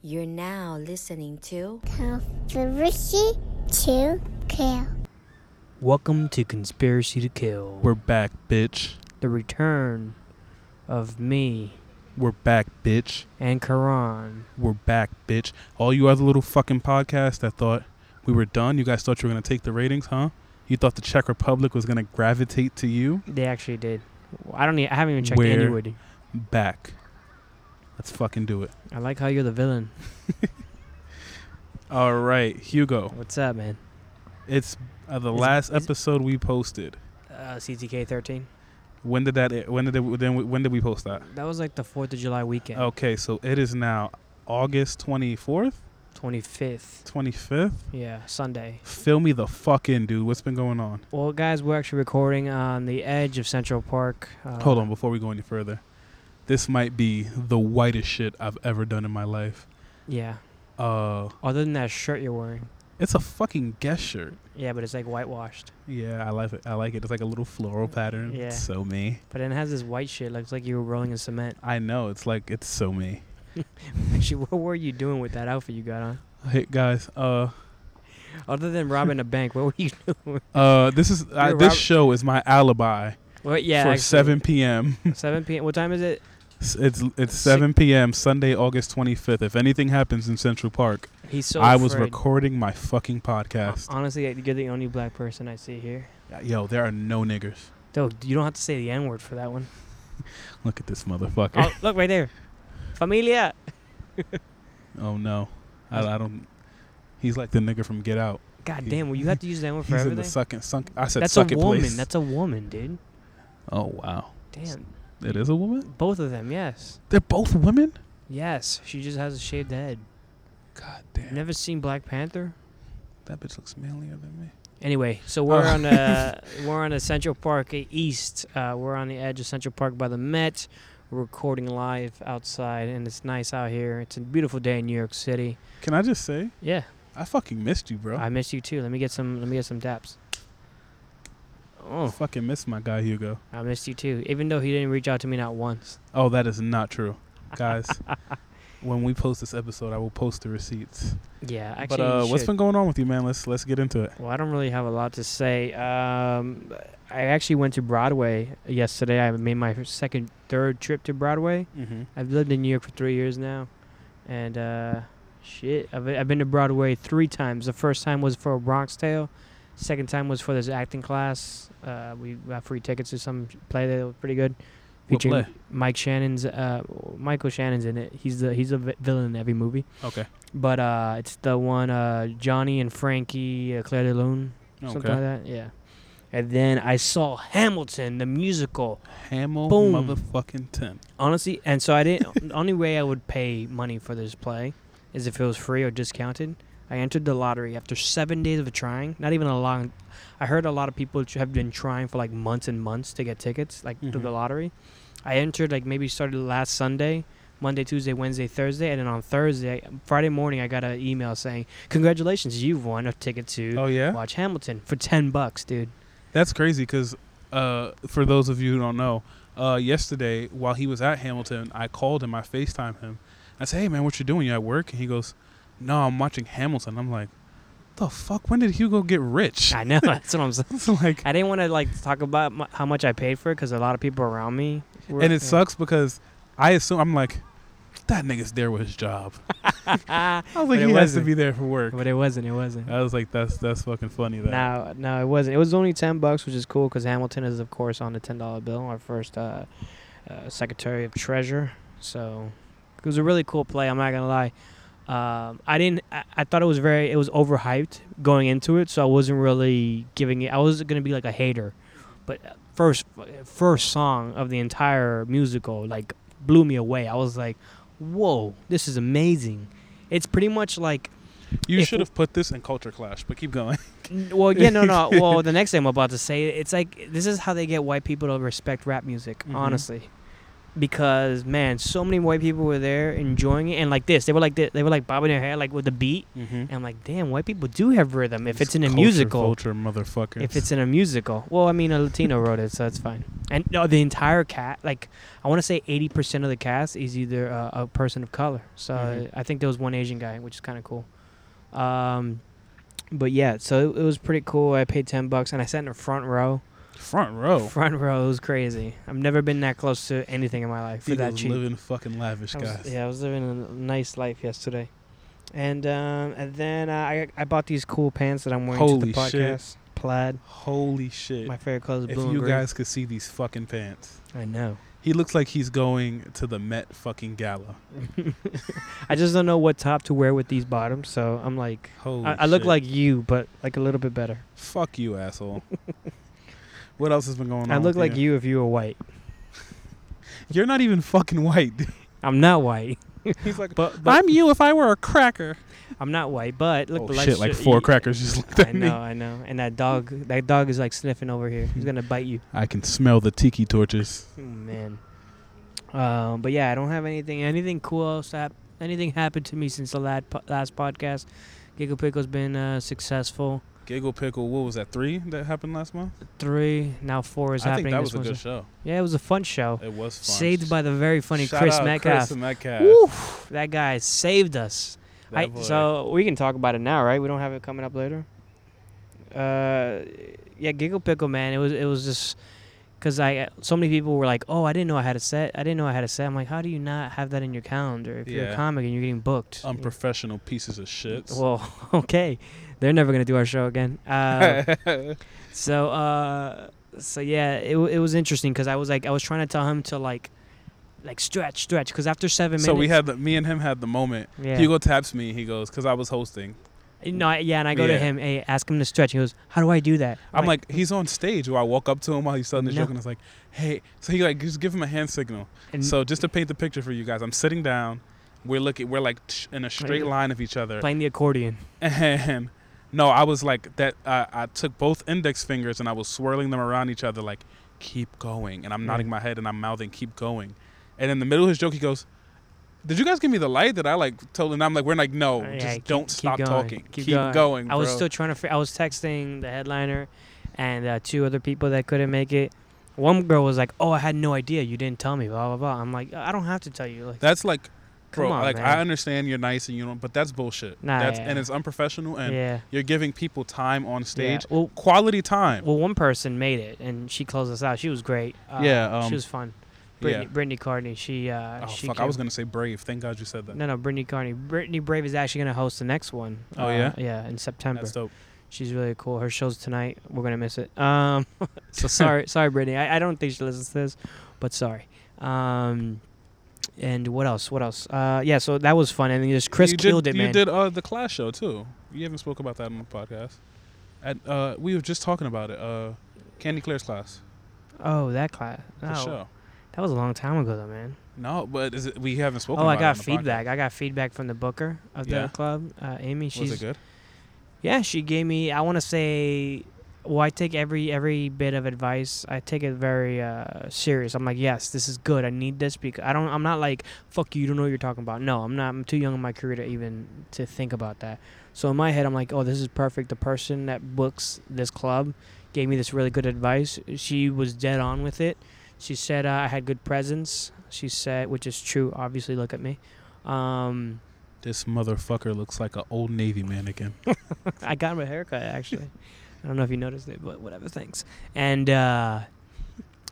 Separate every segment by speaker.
Speaker 1: You're now listening to
Speaker 2: Conspiracy to Kill.
Speaker 3: Welcome to Conspiracy to Kill.
Speaker 4: We're back, bitch.
Speaker 3: the return of me
Speaker 4: We're back, bitch.
Speaker 3: and Karan.
Speaker 4: We're back, bitch. All you other little fucking podcasts that thought we were done, you guys thought you were going to take the ratings, huh? You thought the Czech Republic was going to gravitate to you?
Speaker 3: They actually did. I don't. Even, I haven't even checked
Speaker 4: Where-
Speaker 3: anybody.
Speaker 4: Back. Let's fucking do it.
Speaker 3: I like how you're the villain.
Speaker 4: All right, Hugo.
Speaker 3: What's up, man?
Speaker 4: It's uh, the
Speaker 3: Is-
Speaker 4: last
Speaker 3: is-
Speaker 4: episode we posted.
Speaker 3: Uh, CTK thirteen.
Speaker 4: When did that? When did it, then? When did we post that?
Speaker 3: That was like the Fourth of July weekend.
Speaker 4: Okay, so it is now August twenty fourth,
Speaker 3: Twenty fifth.
Speaker 4: twenty fifth.
Speaker 3: Yeah, Sunday.
Speaker 4: Fill me the fucking dude. What's been going on?
Speaker 3: Well, guys, we're actually recording on the edge of Central Park. Uh,
Speaker 4: Hold on, before we go any further, this might be the whitest shit I've ever done in my life.
Speaker 3: Yeah.
Speaker 4: Uh,
Speaker 3: Other than that shirt you're wearing.
Speaker 4: it's a fucking guest shirt.
Speaker 3: Yeah, but it's like whitewashed.
Speaker 4: Yeah, I like it. I like it. It's like a little floral pattern.
Speaker 3: Yeah.
Speaker 4: It's so me.
Speaker 3: But then it has this white shit. Looks like you were rolling in cement.
Speaker 4: I know. It's like it's so me.
Speaker 3: Actually, what were you doing with that outfit you got on?
Speaker 4: Hey guys, uh,
Speaker 3: Other than robbing a bank, what were you doing?
Speaker 4: uh, this is uh,
Speaker 3: You're
Speaker 4: this
Speaker 3: Robert-
Speaker 4: show is my alibi
Speaker 3: Well, yeah,
Speaker 4: for
Speaker 3: actually.
Speaker 4: 7 p.m.
Speaker 3: 7 p.m. What time is it?
Speaker 4: S- It's it's 7 p.m. Sunday, August 25th. If anything happens in Central Park,
Speaker 3: He's so.
Speaker 4: I was
Speaker 3: afraid.
Speaker 4: recording my fucking podcast.
Speaker 3: Honestly, you're the only black person I see here.
Speaker 4: Yo, there are no niggers.
Speaker 3: Though you don't have to say the N word for that one.
Speaker 4: Look at this motherfucker.
Speaker 3: Oh, look right there, familia.
Speaker 4: Oh no, I, I don't. He's like the nigga from Get Out.
Speaker 3: God
Speaker 4: He-
Speaker 3: damn, well you have to use that one for
Speaker 4: He's in the
Speaker 3: everything.
Speaker 4: sucking sunk. I said
Speaker 3: That's a
Speaker 4: suck it
Speaker 3: woman.
Speaker 4: place.
Speaker 3: That's a woman, dude.
Speaker 4: oh wow,
Speaker 3: Damn,
Speaker 4: it is a woman.
Speaker 3: both of them. Yes,
Speaker 4: They're both women.
Speaker 3: yes. She just has a shaved head.
Speaker 4: God
Speaker 3: You've
Speaker 4: damn,
Speaker 3: Never seen Black Panther.
Speaker 4: that bitch looks manlier than me.
Speaker 3: Anyway, so we're
Speaker 4: Oh.
Speaker 3: on a we're on a Central Park uh, East. Uh, we're on the edge of Central Park by the Met. We're recording live outside, and it's nice out here. It's a beautiful day in New York City.
Speaker 4: Can I just say,
Speaker 3: Yeah,
Speaker 4: I fucking missed you, bro.
Speaker 3: I miss you too. Let me get some. Let me get some daps.
Speaker 4: I
Speaker 3: Oh,
Speaker 4: fucking missed my guy Hugo.
Speaker 3: I missed you too. Even though he didn't reach out to me not once.
Speaker 4: Oh, that is not true, guys. when we post this episode, I will post the receipts.
Speaker 3: Yeah, actually.
Speaker 4: but uh,
Speaker 3: you
Speaker 4: what's
Speaker 3: should.
Speaker 4: been going on with you, man? Let's let's get into it.
Speaker 3: Well, I don't really have a lot to say. Um, I actually went to Broadway yesterday. I made my second, third trip to Broadway.
Speaker 4: Mm-hmm.
Speaker 3: I've lived in New York for three years now, and uh, shit, I've, I've been to Broadway three times. The first time was for a Bronx Tale, second time was for this acting class. Uh, we got free tickets to some play that was pretty good,
Speaker 4: What
Speaker 3: featuring
Speaker 4: play?
Speaker 3: Mike Shannon's. Uh, Michael Shannon's in it. He's the he's a vi- villain in every movie.
Speaker 4: Okay.
Speaker 3: But uh, it's the one uh, Johnny and Frankie uh, Claire de Lune, something
Speaker 4: Okay.
Speaker 3: like that. Yeah. And then I saw Hamilton, the musical.
Speaker 4: Hamill
Speaker 3: Boom.
Speaker 4: motherfucking ten.
Speaker 3: Honestly, and so I didn't. the only way I would pay money for this play is if it was free or discounted. I entered the lottery after seven days of trying. Not even a long. I heard a lot of people tr- have been trying for like months and months to get tickets, like through the
Speaker 4: Mhm.
Speaker 3: lottery. I entered like maybe started last Sunday, Monday, Tuesday, Wednesday, Thursday, and then on Thursday, Friday morning, I got an email saying, "Congratulations, you've won a ticket to
Speaker 4: Oh yeah.
Speaker 3: watch Hamilton for ten bucks, dude."
Speaker 4: That's crazy because uh, for those of you who don't know, uh, yesterday while he was at Hamilton, I called him, I FaceTime him. I said, hey man, what you doing? You at work? And he goes, no, I'm watching Hamilton. I'm like, the fuck? When did Hugo get rich?
Speaker 3: I know that's what I'm saying.
Speaker 4: It's like,
Speaker 3: I didn't want to like talk about m- how much I paid for it because a lot of people around me. Were,
Speaker 4: and it
Speaker 3: yeah.
Speaker 4: sucks because I assume, I'm like, that nigga's there with his job. I was like,
Speaker 3: it
Speaker 4: he has to
Speaker 3: wasn't.
Speaker 4: be there for work.
Speaker 3: but it wasn't. It wasn't.
Speaker 4: I was like, that's that's fucking funny. That
Speaker 3: No, no, it wasn't. It was only ten bucks, which is cool because Hamilton is, of course, on the ten dollar bill. Our first uh, uh, Secretary of Treasure. So it was a really cool play. I'm not gonna lie. Um, I didn't. I, I thought it was very. It was overhyped going into it, so I wasn't really giving it. I was gonna be like a hater, but uh, first, first song of the entire musical like blew me away. I was like, "Whoa, this is amazing!" It's pretty much like
Speaker 4: you
Speaker 3: If-
Speaker 4: should have put this in Culture Clash, but keep going.
Speaker 3: N- Well, yeah, no, no. well, the next thing I'm about to say, it's like this is how they get white people to respect rap music.
Speaker 4: Mhm.
Speaker 3: Honestly, because man, so many white people were there enjoying it, and like this, they were like thi- they were like bobbing their head like with the beat,
Speaker 4: Mm-hmm.
Speaker 3: and I'm like, damn, white people do have rhythm if it's in a musical.
Speaker 4: culture motherfuckers.
Speaker 3: If it's in a musical, well, I mean, a Latino wrote it, so that's fine. And no, the entire cat, like I want to say, eighty percent of the cast is either uh, a person of color. So
Speaker 4: Mhm.
Speaker 3: I think there was one Asian guy, which is kind of cool. Um, but yeah, so it, it was pretty cool. I paid ten bucks, and I sat in the front row.
Speaker 4: front row,
Speaker 3: Front row was crazy. I've never been that close to anything in my life for
Speaker 4: He
Speaker 3: that
Speaker 4: was
Speaker 3: cheap.
Speaker 4: living fucking lavish,
Speaker 3: I
Speaker 4: guys.
Speaker 3: was, yeah, I was living a nice life yesterday, and um, and then I I bought these cool pants that I'm wearing to
Speaker 4: Holy
Speaker 3: the
Speaker 4: shit.
Speaker 3: podcast. Plaid.
Speaker 4: Holy shit!
Speaker 3: My favorite color is
Speaker 4: if
Speaker 3: blue and
Speaker 4: you
Speaker 3: green.
Speaker 4: guys could see these fucking pants,
Speaker 3: I know.
Speaker 4: he looks like he's going to the Met fucking gala.
Speaker 3: I just don't know what top to wear with these bottoms, so I'm like,
Speaker 4: Holy,
Speaker 3: I, I look
Speaker 4: shit.
Speaker 3: like you, but like a little bit better.
Speaker 4: fuck you, asshole. what else has been going on?
Speaker 3: I look
Speaker 4: with
Speaker 3: like you if you were white.
Speaker 4: You're not even fucking white. dude.
Speaker 3: I'm not white,
Speaker 4: he's like,
Speaker 3: but, but
Speaker 4: I'm you if I were a cracker.
Speaker 3: I'm not white, but look
Speaker 4: oh
Speaker 3: but
Speaker 4: shit! Like
Speaker 3: shit,
Speaker 4: four
Speaker 3: you-
Speaker 4: crackers just looked
Speaker 3: I
Speaker 4: at
Speaker 3: know,
Speaker 4: me.
Speaker 3: I know. And that dog, that dog is like sniffing over here. He's gonna bite you.
Speaker 4: I can smell the tiki torches.
Speaker 3: Oh, man. Um, but yeah, I don't have anything. Anything cool else? Hap- anything happened to me since the lad po- last podcast? Giggle Pickle's been uh, successful.
Speaker 4: Giggle pickle. What was that? Three that happened last month.
Speaker 3: Three now four is
Speaker 4: I
Speaker 3: happening.
Speaker 4: think that
Speaker 3: this
Speaker 4: was a
Speaker 3: one's
Speaker 4: good show.
Speaker 3: yeah, it was a fun show.
Speaker 4: It was fun.
Speaker 3: Saved by the very funny
Speaker 4: Shout
Speaker 3: Chris
Speaker 4: out
Speaker 3: Metcalf.
Speaker 4: Chris Metcalf.
Speaker 3: Woof, that guy saved us.
Speaker 4: That
Speaker 3: I-
Speaker 4: boy.
Speaker 3: so we can talk about it now, right? We don't have it coming up later. Uh, yeah, Giggle Pickle, man. It was it was just because I so many people were like, "Oh, I didn't know I had a set. I didn't know I had a set." I'm like, "How do you not have that in your calendar if you're a
Speaker 4: Yeah.
Speaker 3: comic and you're getting booked?"
Speaker 4: unprofessional pieces of shit.
Speaker 3: well, okay, they're never gonna do our show again. Uh, so uh so yeah it, w- it was interesting because i was like i was trying to tell him to like like stretch stretch because after seven minutes
Speaker 4: so we had the, me and him had the moment.
Speaker 3: yeah
Speaker 4: Hugo taps me. He goes because I was hosting.
Speaker 3: no I- yeah and i go
Speaker 4: Yeah.
Speaker 3: to him hey ask him to stretch he goes how do i do that
Speaker 4: I'm like, he's on stage. Where I walk up to him while he's telling the
Speaker 3: No.
Speaker 4: joke, and it's like, hey. So he like just give him a hand signal.
Speaker 3: and
Speaker 4: So just to paint the picture for you guys, I'm sitting down. We're looking. We're like tsh- in a straight line of each other.
Speaker 3: playing the accordion
Speaker 4: And no, I was like that. I I took both index fingers and I was swirling them around each other, like keep going. And I'm
Speaker 3: Mm.
Speaker 4: nodding my head and I'm mouthing keep going. And in the middle of his joke, he goes, "Did you guys give me the light that I like told?" And I'm like, "We're like, no,
Speaker 3: Oh, Yeah,
Speaker 4: Oh, just
Speaker 3: keep-
Speaker 4: don't
Speaker 3: keep
Speaker 4: stop
Speaker 3: going,
Speaker 4: talking.
Speaker 3: keep
Speaker 4: Keep,
Speaker 3: going."
Speaker 4: going.
Speaker 3: i was
Speaker 4: bro."
Speaker 3: still trying to fi- i was texting the headliner and uh, two other people that couldn't make it one girl was like oh i had no idea you didn't tell me blah blah blah i'm like i don't have to tell you like
Speaker 4: That's like,
Speaker 3: come
Speaker 4: bro.
Speaker 3: on
Speaker 4: like
Speaker 3: man.
Speaker 4: I understand you're nice and you don't, but that's bullshit.
Speaker 3: Nah,
Speaker 4: that's
Speaker 3: yeah,
Speaker 4: and
Speaker 3: yeah.
Speaker 4: it's unprofessional and
Speaker 3: yeah
Speaker 4: you're giving people time on stage,
Speaker 3: yeah. well
Speaker 4: quality time.
Speaker 3: Well, one person made it, and she closed us out. She was great. Uh,
Speaker 4: Yeah, um,
Speaker 3: she was fun.
Speaker 4: yeah.
Speaker 3: Brittany, Brittany Carney. She. Uh,
Speaker 4: Oh
Speaker 3: she
Speaker 4: fuck! I
Speaker 3: came-
Speaker 4: was gonna say brave. Thank God you said that.
Speaker 3: No, no, Brittany Carney. Brittany Brave is actually gonna host the next one.
Speaker 4: Oh,
Speaker 3: uh,
Speaker 4: yeah?
Speaker 3: Yeah, in September.
Speaker 4: That's dope.
Speaker 3: She's really cool. Her show's tonight. We're gonna miss it. Um, so sorry, sorry, Brittany. I, I don't think she listens to this, but sorry. Um, and what else? What else? Uh, yeah. So that was fun, and then just Chris
Speaker 4: you
Speaker 3: killed
Speaker 4: did,
Speaker 3: it,
Speaker 4: you
Speaker 3: man.
Speaker 4: did uh, the Clash show too. You haven't spoke about that on the podcast. And uh, we were just talking about it. Uh, Candy Claire's class,
Speaker 3: Oh, that class.
Speaker 4: the
Speaker 3: Oh,
Speaker 4: show.
Speaker 3: that was a long time ago, though, man.
Speaker 4: No, but is it, we haven't spoken.
Speaker 3: Oh, I
Speaker 4: about
Speaker 3: got
Speaker 4: it on the podcast.
Speaker 3: feedback. I got feedback from the booker of the
Speaker 4: Yeah.
Speaker 3: club, uh, Amy. She's
Speaker 4: Was it good?
Speaker 3: yeah, she gave me. I want to say, well, I take every every bit of advice. I take it very uh, serious. I'm like, yes, this is good. I need this because I don't. I'm not like fuck you. You don't know what you're talking about. No, I'm not. I'm too young in my career to even to think about that. So in my head, I'm like, oh, this is perfect. The person that books this club gave me this really good advice. She was dead on with it. She said uh, I had good presence. She said, which is true. Obviously, look at me. Um,
Speaker 4: This motherfucker looks like an old Navy mannequin.
Speaker 3: I got him a haircut actually. I don't know if you noticed it, but whatever. Thanks. And uh,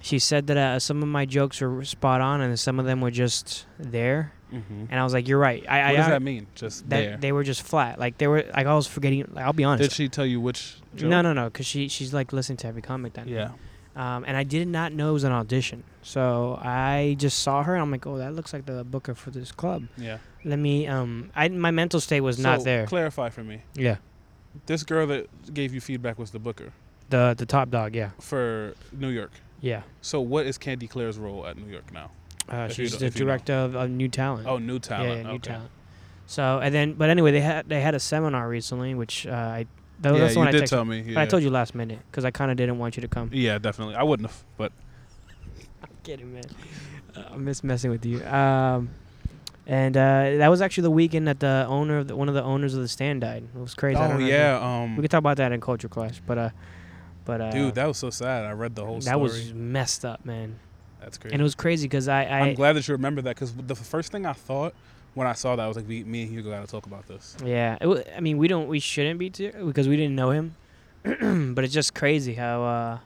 Speaker 3: she said that uh, some of my jokes were spot on, and some of them were just there.
Speaker 4: mm-hmm. What
Speaker 3: And I was like, "You're right." I, I
Speaker 4: does that mean? Just
Speaker 3: that-
Speaker 4: there.
Speaker 3: they were just flat. Like they were. Like I was forgetting. Like, I'll be honest.
Speaker 4: Did she tell you which? Joke?
Speaker 3: no, no, no. Because she she's like listening to every comic then.
Speaker 4: Yeah.
Speaker 3: Um, and I did not know it was an audition, so I just saw her. and I'm like, "Oh, that looks like the booker for this club."
Speaker 4: Yeah.
Speaker 3: Let me. Um, I my mental state was not
Speaker 4: So,
Speaker 3: there.
Speaker 4: Clarify for me.
Speaker 3: yeah.
Speaker 4: This girl that gave you feedback was the booker
Speaker 3: The the top dog. Yeah.
Speaker 4: for New York.
Speaker 3: Yeah.
Speaker 4: So what is Candy Claire's role at New York now?
Speaker 3: Uh,
Speaker 4: If you
Speaker 3: she's
Speaker 4: don't-
Speaker 3: the
Speaker 4: if you know.
Speaker 3: director of, of new talent.
Speaker 4: Oh, new
Speaker 3: Yeah,
Speaker 4: talent.
Speaker 3: yeah, new
Speaker 4: okay.
Speaker 3: talent. So and then, but anyway, they had they had a seminar recently, which uh, I that,
Speaker 4: yeah,
Speaker 3: that's the
Speaker 4: you
Speaker 3: one I
Speaker 4: did
Speaker 3: texted-
Speaker 4: tell me. Yeah.
Speaker 3: But I told you last minute because I kind of didn't want you to come.
Speaker 4: Yeah, definitely. I wouldn't have, but
Speaker 3: Kidding, man. Uh, I miss messing with you. Um, and uh, that was actually the weekend that the owner of the, one of the owners of the stand died. It was crazy. I
Speaker 4: Oh
Speaker 3: don't know if
Speaker 4: yeah,
Speaker 3: you-
Speaker 4: um,
Speaker 3: we could talk about that in culture clash. But uh, but uh,
Speaker 4: dude, that was so sad. I read the whole
Speaker 3: that
Speaker 4: story.
Speaker 3: was messed up, man.
Speaker 4: That's crazy.
Speaker 3: And it was crazy because I I
Speaker 4: I'm glad that you remember that because the first thing I thought when I saw that was like, we, me and Hugo got to talk about this.
Speaker 3: yeah. It wa I mean, we don't we shouldn't be too because we didn't know him. but it's just crazy how uh,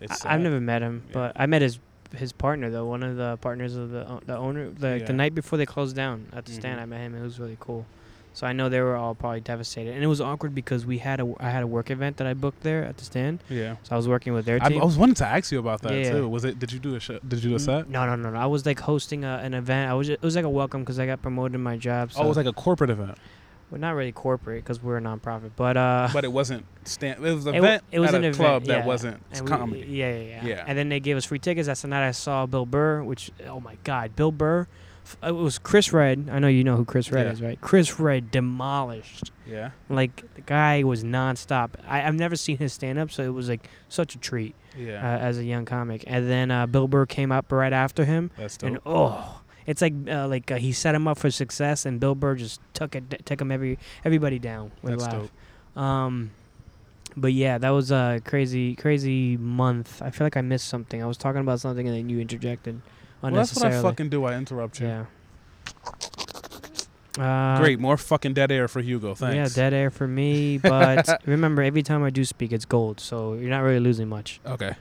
Speaker 4: It's
Speaker 3: I, I've
Speaker 4: sad.
Speaker 3: never met him,
Speaker 4: Yeah.
Speaker 3: but I met his his partner though, one of the partners of the o- the owner. Like
Speaker 4: Yeah.
Speaker 3: the night before they closed down at the stand,
Speaker 4: Mhm.
Speaker 3: I met him. It was really cool. So I know they were all probably devastated, and it was awkward because we had a I had a work event that I booked there at the stand,
Speaker 4: Yeah,
Speaker 3: so I was working with their
Speaker 4: I,
Speaker 3: team.
Speaker 4: I was wanting to ask you about that
Speaker 3: Yeah. Mm-hmm.
Speaker 4: too. Was it? Did you do a show? Did you do a set?
Speaker 3: No, no, no, no. I was like hosting a, an event. I was ju- it was like a welcome because I got promoted in my job. So
Speaker 4: Oh, it was like a corporate event,
Speaker 3: well, not really corporate because we're a nonprofit, but uh,
Speaker 4: but it wasn't stand. It was an
Speaker 3: It wa-
Speaker 4: event.
Speaker 3: it was
Speaker 4: at
Speaker 3: an
Speaker 4: a
Speaker 3: event,
Speaker 4: club that
Speaker 3: yeah.
Speaker 4: wasn't
Speaker 3: And we-
Speaker 4: comedy.
Speaker 3: yeah, yeah, yeah,
Speaker 4: Yeah.
Speaker 3: And then they gave us free tickets. That's the night I saw Bill Burr, which oh my God, Bill Burr. F- uh, It was Chris Red. I know you know who Chris Red
Speaker 4: Yeah.
Speaker 3: is, right? Chris Red demolished.
Speaker 4: yeah.
Speaker 3: Like the guy was nonstop. I, I've never seen his stand up, so it was like such a treat uh,
Speaker 4: Yeah,
Speaker 3: as a young comic. And then uh, Bill Burr came up right after him,
Speaker 4: that's dope.
Speaker 3: and oh. It's like uh, like uh, he set him up for success, and Bill Burr just took it, took him every everybody down with
Speaker 4: that's
Speaker 3: laugh.
Speaker 4: dope.
Speaker 3: Um, but yeah, that was a crazy, crazy month. I feel like I missed something. I was talking about something and then you interjected
Speaker 4: Well, that's what
Speaker 3: unnecessarily.
Speaker 4: I fucking do. I interrupt you.
Speaker 3: yeah. Uh,
Speaker 4: Great, more fucking dead air for Hugo. Thanks.
Speaker 3: Yeah, dead air for me. But remember, every time I do speak, it's gold, so you're not really losing much.
Speaker 4: Okay,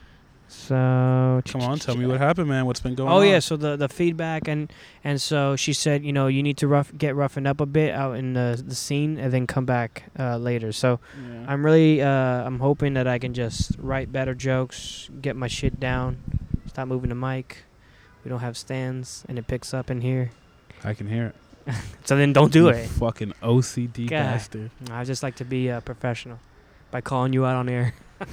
Speaker 3: So
Speaker 4: come on, tell me what happened, man. What's been going
Speaker 3: oh
Speaker 4: on?
Speaker 3: yeah, so the the feedback and and so she said, you know, you need to rough get roughened up a bit out in the the scene and then come back uh, later. So
Speaker 4: Yeah.
Speaker 3: I'm really uh, I'm hoping that I can just write better jokes, get my shit down, stop moving the mic. We don't have stands, and it picks up in here.
Speaker 4: I can hear it.
Speaker 3: So then don't do
Speaker 4: You
Speaker 3: it.
Speaker 4: Fucking OCD
Speaker 3: God.
Speaker 4: bastard.
Speaker 3: I just like to be uh, professional by calling you out on air.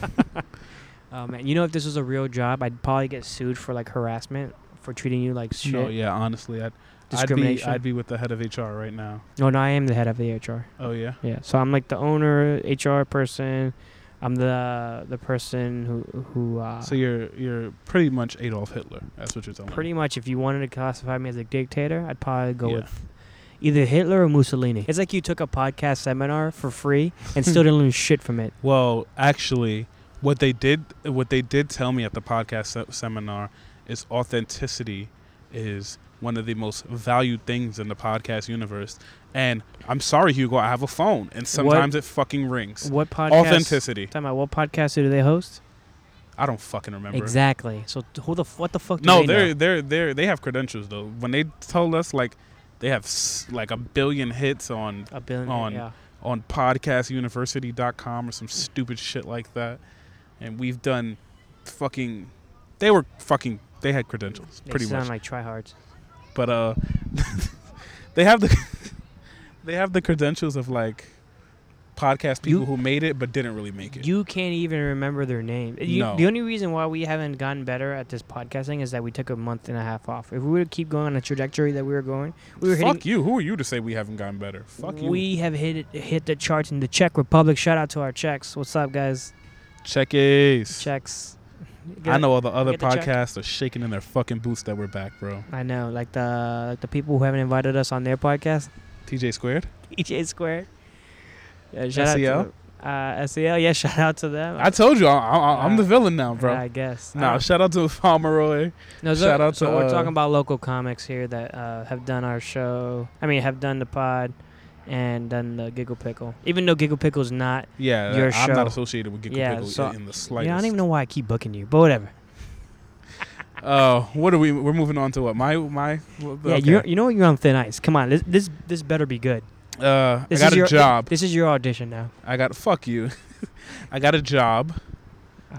Speaker 3: oh man, you know if this was a real job, I'd probably get sued for like harassment for treating you like shit.
Speaker 4: No, yeah, honestly, I'd, I'd be
Speaker 3: Discrimination.
Speaker 4: I'd be with the head of HR right now.
Speaker 3: Oh, No, no, I am the head of the HR.
Speaker 4: Oh yeah,
Speaker 3: Yeah, so I'm like the owner, HR person. I'm the the person who who. Uh,
Speaker 4: so you're you're pretty much Adolf Hitler. That's what you're telling
Speaker 3: pretty
Speaker 4: me.
Speaker 3: much if you wanted to classify me as a dictator i'd probably go
Speaker 4: Yeah.
Speaker 3: with either hitler or mussolini it's like you took a podcast seminar for free and still didn't learn shit from it
Speaker 4: Well, actually, what they did what they did tell me at the podcast se- seminar is authenticity is one of the most valued things in the podcast universe. And I'm sorry, Hugo, I have a phone, and sometimes it fucking rings.
Speaker 3: what podcast
Speaker 4: Authenticity.
Speaker 3: talking about what podcast do they host
Speaker 4: I don't fucking remember.
Speaker 3: exactly so t- who the f- what the fuck do
Speaker 4: No,
Speaker 3: they know?
Speaker 4: they're they're they're they have credentials though. When they told us like they have s- like a billion hits on
Speaker 3: a billion
Speaker 4: on-
Speaker 3: yeah.
Speaker 4: on podcastuniversity.com or some stupid shit like that. And we've done fucking they were fucking they had credentials
Speaker 3: they
Speaker 4: pretty
Speaker 3: sound
Speaker 4: much.
Speaker 3: like tryhards
Speaker 4: but uh they have the they have the credentials of like podcast people
Speaker 3: You-
Speaker 4: who made it but didn't really make it.
Speaker 3: you can't even remember their name You-
Speaker 4: No.
Speaker 3: the only reason why we haven't gotten better at this podcasting is that we took a month and a half off if we would keep going on the trajectory that we were going we were hitting
Speaker 4: Fuck you. Who are you to say we haven't gotten better? Fuck you.
Speaker 3: We have hit it, hit the charts in the Czech Republic. Shout out to our Czechs. What's up, guys?
Speaker 4: Check Ace.
Speaker 3: Czechs.
Speaker 4: I know all the other
Speaker 3: get the check.
Speaker 4: podcasts are shaking in their fucking boots that we're back, bro.
Speaker 3: I know. Like the like the people who haven't invited us on their podcast,
Speaker 4: TJ squared.
Speaker 3: EJ Square. Yeah, shout
Speaker 4: SEL?
Speaker 3: out to uh, SEL. Yeah, shout out to them.
Speaker 4: I told you, I, I, I'm the villain now, bro.
Speaker 3: I guess. I
Speaker 4: nah,
Speaker 3: don't-
Speaker 4: shout out to Pomeroy.
Speaker 3: no, so,
Speaker 4: shout out
Speaker 3: so
Speaker 4: to,
Speaker 3: we're
Speaker 4: uh,
Speaker 3: talking about local comics here that uh, have done our show. I mean, have done the pod and done the Giggle Pickle. Even though Giggle Pickle's not.
Speaker 4: Yeah,
Speaker 3: Your
Speaker 4: I'm
Speaker 3: show.
Speaker 4: not associated with Ginkgo
Speaker 3: Yeah,
Speaker 4: Pickle
Speaker 3: so-
Speaker 4: in the
Speaker 3: Yeah, I
Speaker 4: slightest.
Speaker 3: don't even know why I keep booking you, but whatever.
Speaker 4: Oh, what are we? We're moving on to what? My my.
Speaker 3: Yeah, you you know you're on thin ice. Come on, this this, this better be good.
Speaker 4: Uh, I
Speaker 3: This
Speaker 4: got
Speaker 3: is
Speaker 4: a
Speaker 3: your,
Speaker 4: job.
Speaker 3: This is your audition now.
Speaker 4: I got fuck you. I got a job.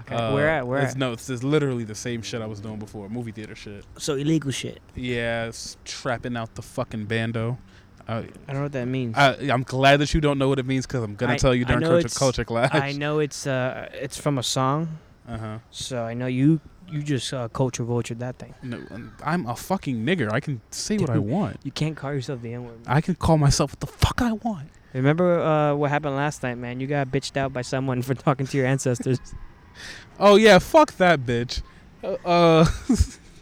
Speaker 3: Okay.
Speaker 4: Uh,
Speaker 3: we're at we're
Speaker 4: it's,
Speaker 3: at
Speaker 4: No, it's, it's literally the same shit I was doing before. Movie theater shit.
Speaker 3: so illegal shit.
Speaker 4: Yeah, it's trapping out the fucking bando. Uh, I,
Speaker 3: I don't know what that means.
Speaker 4: I, I'm glad that you don't know what it means because I'm gonna
Speaker 3: I-
Speaker 4: tell you
Speaker 3: I
Speaker 4: during
Speaker 3: know
Speaker 4: culture,
Speaker 3: it's-
Speaker 4: culture class.
Speaker 3: I know it's uh it's from a song,
Speaker 4: Uh huh.
Speaker 3: so I know you you just uh, culture vultured that thing.
Speaker 4: No, um, I'm a fucking nigger. I can say what I want.
Speaker 3: You can't call yourself the N word.
Speaker 4: I can call myself what the fuck I want.
Speaker 3: Remember uh, what happened last night, man? You got bitched out by someone for talking to your ancestors.
Speaker 4: Oh yeah, fuck that bitch. Uh, Uh,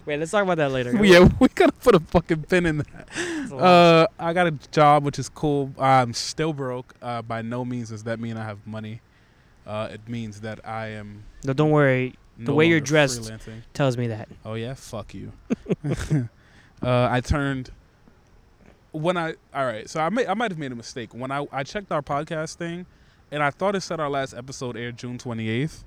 Speaker 3: Wait, let's talk about that later.
Speaker 4: yeah, we gotta put a fucking pin in that.
Speaker 3: It's a lot.
Speaker 4: Uh, I got a job which is cool. I'm still broke. Uh, by no means does that mean I have money. Uh, it means that I am.
Speaker 3: no, don't worry.
Speaker 4: no
Speaker 3: way you're
Speaker 4: longer
Speaker 3: dressed-
Speaker 4: Freelancing.
Speaker 3: Tells me that.
Speaker 4: Oh yeah, fuck you. uh, I turned when I all right. So I may, I might have made a mistake when I I checked our podcast thing, and I thought it said our last episode aired June twenty eighth,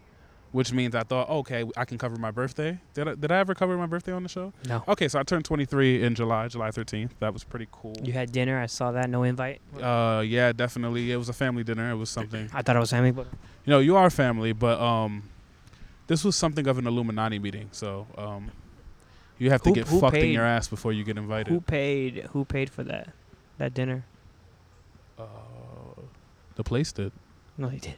Speaker 4: which means I thought okay I can cover my birthday. Did I, did I ever cover my birthday on the show?
Speaker 3: No.
Speaker 4: Okay, so I turned twenty three in July, July thirteenth. That was pretty cool.
Speaker 3: You had dinner. I saw that. No invite.
Speaker 4: Uh, yeah, definitely. It was a family dinner. It was something.
Speaker 3: I thought it was Sammy, but
Speaker 4: You know, you are family, but um, this was something of an Illuminati meeting. So um, you have to
Speaker 3: Who-
Speaker 4: get
Speaker 3: who
Speaker 4: fucked in
Speaker 3: paid-
Speaker 4: your ass before you get
Speaker 3: who
Speaker 4: invited.
Speaker 3: paid? Who paid for that? That dinner?
Speaker 4: Uh, the place did.
Speaker 3: No, they did.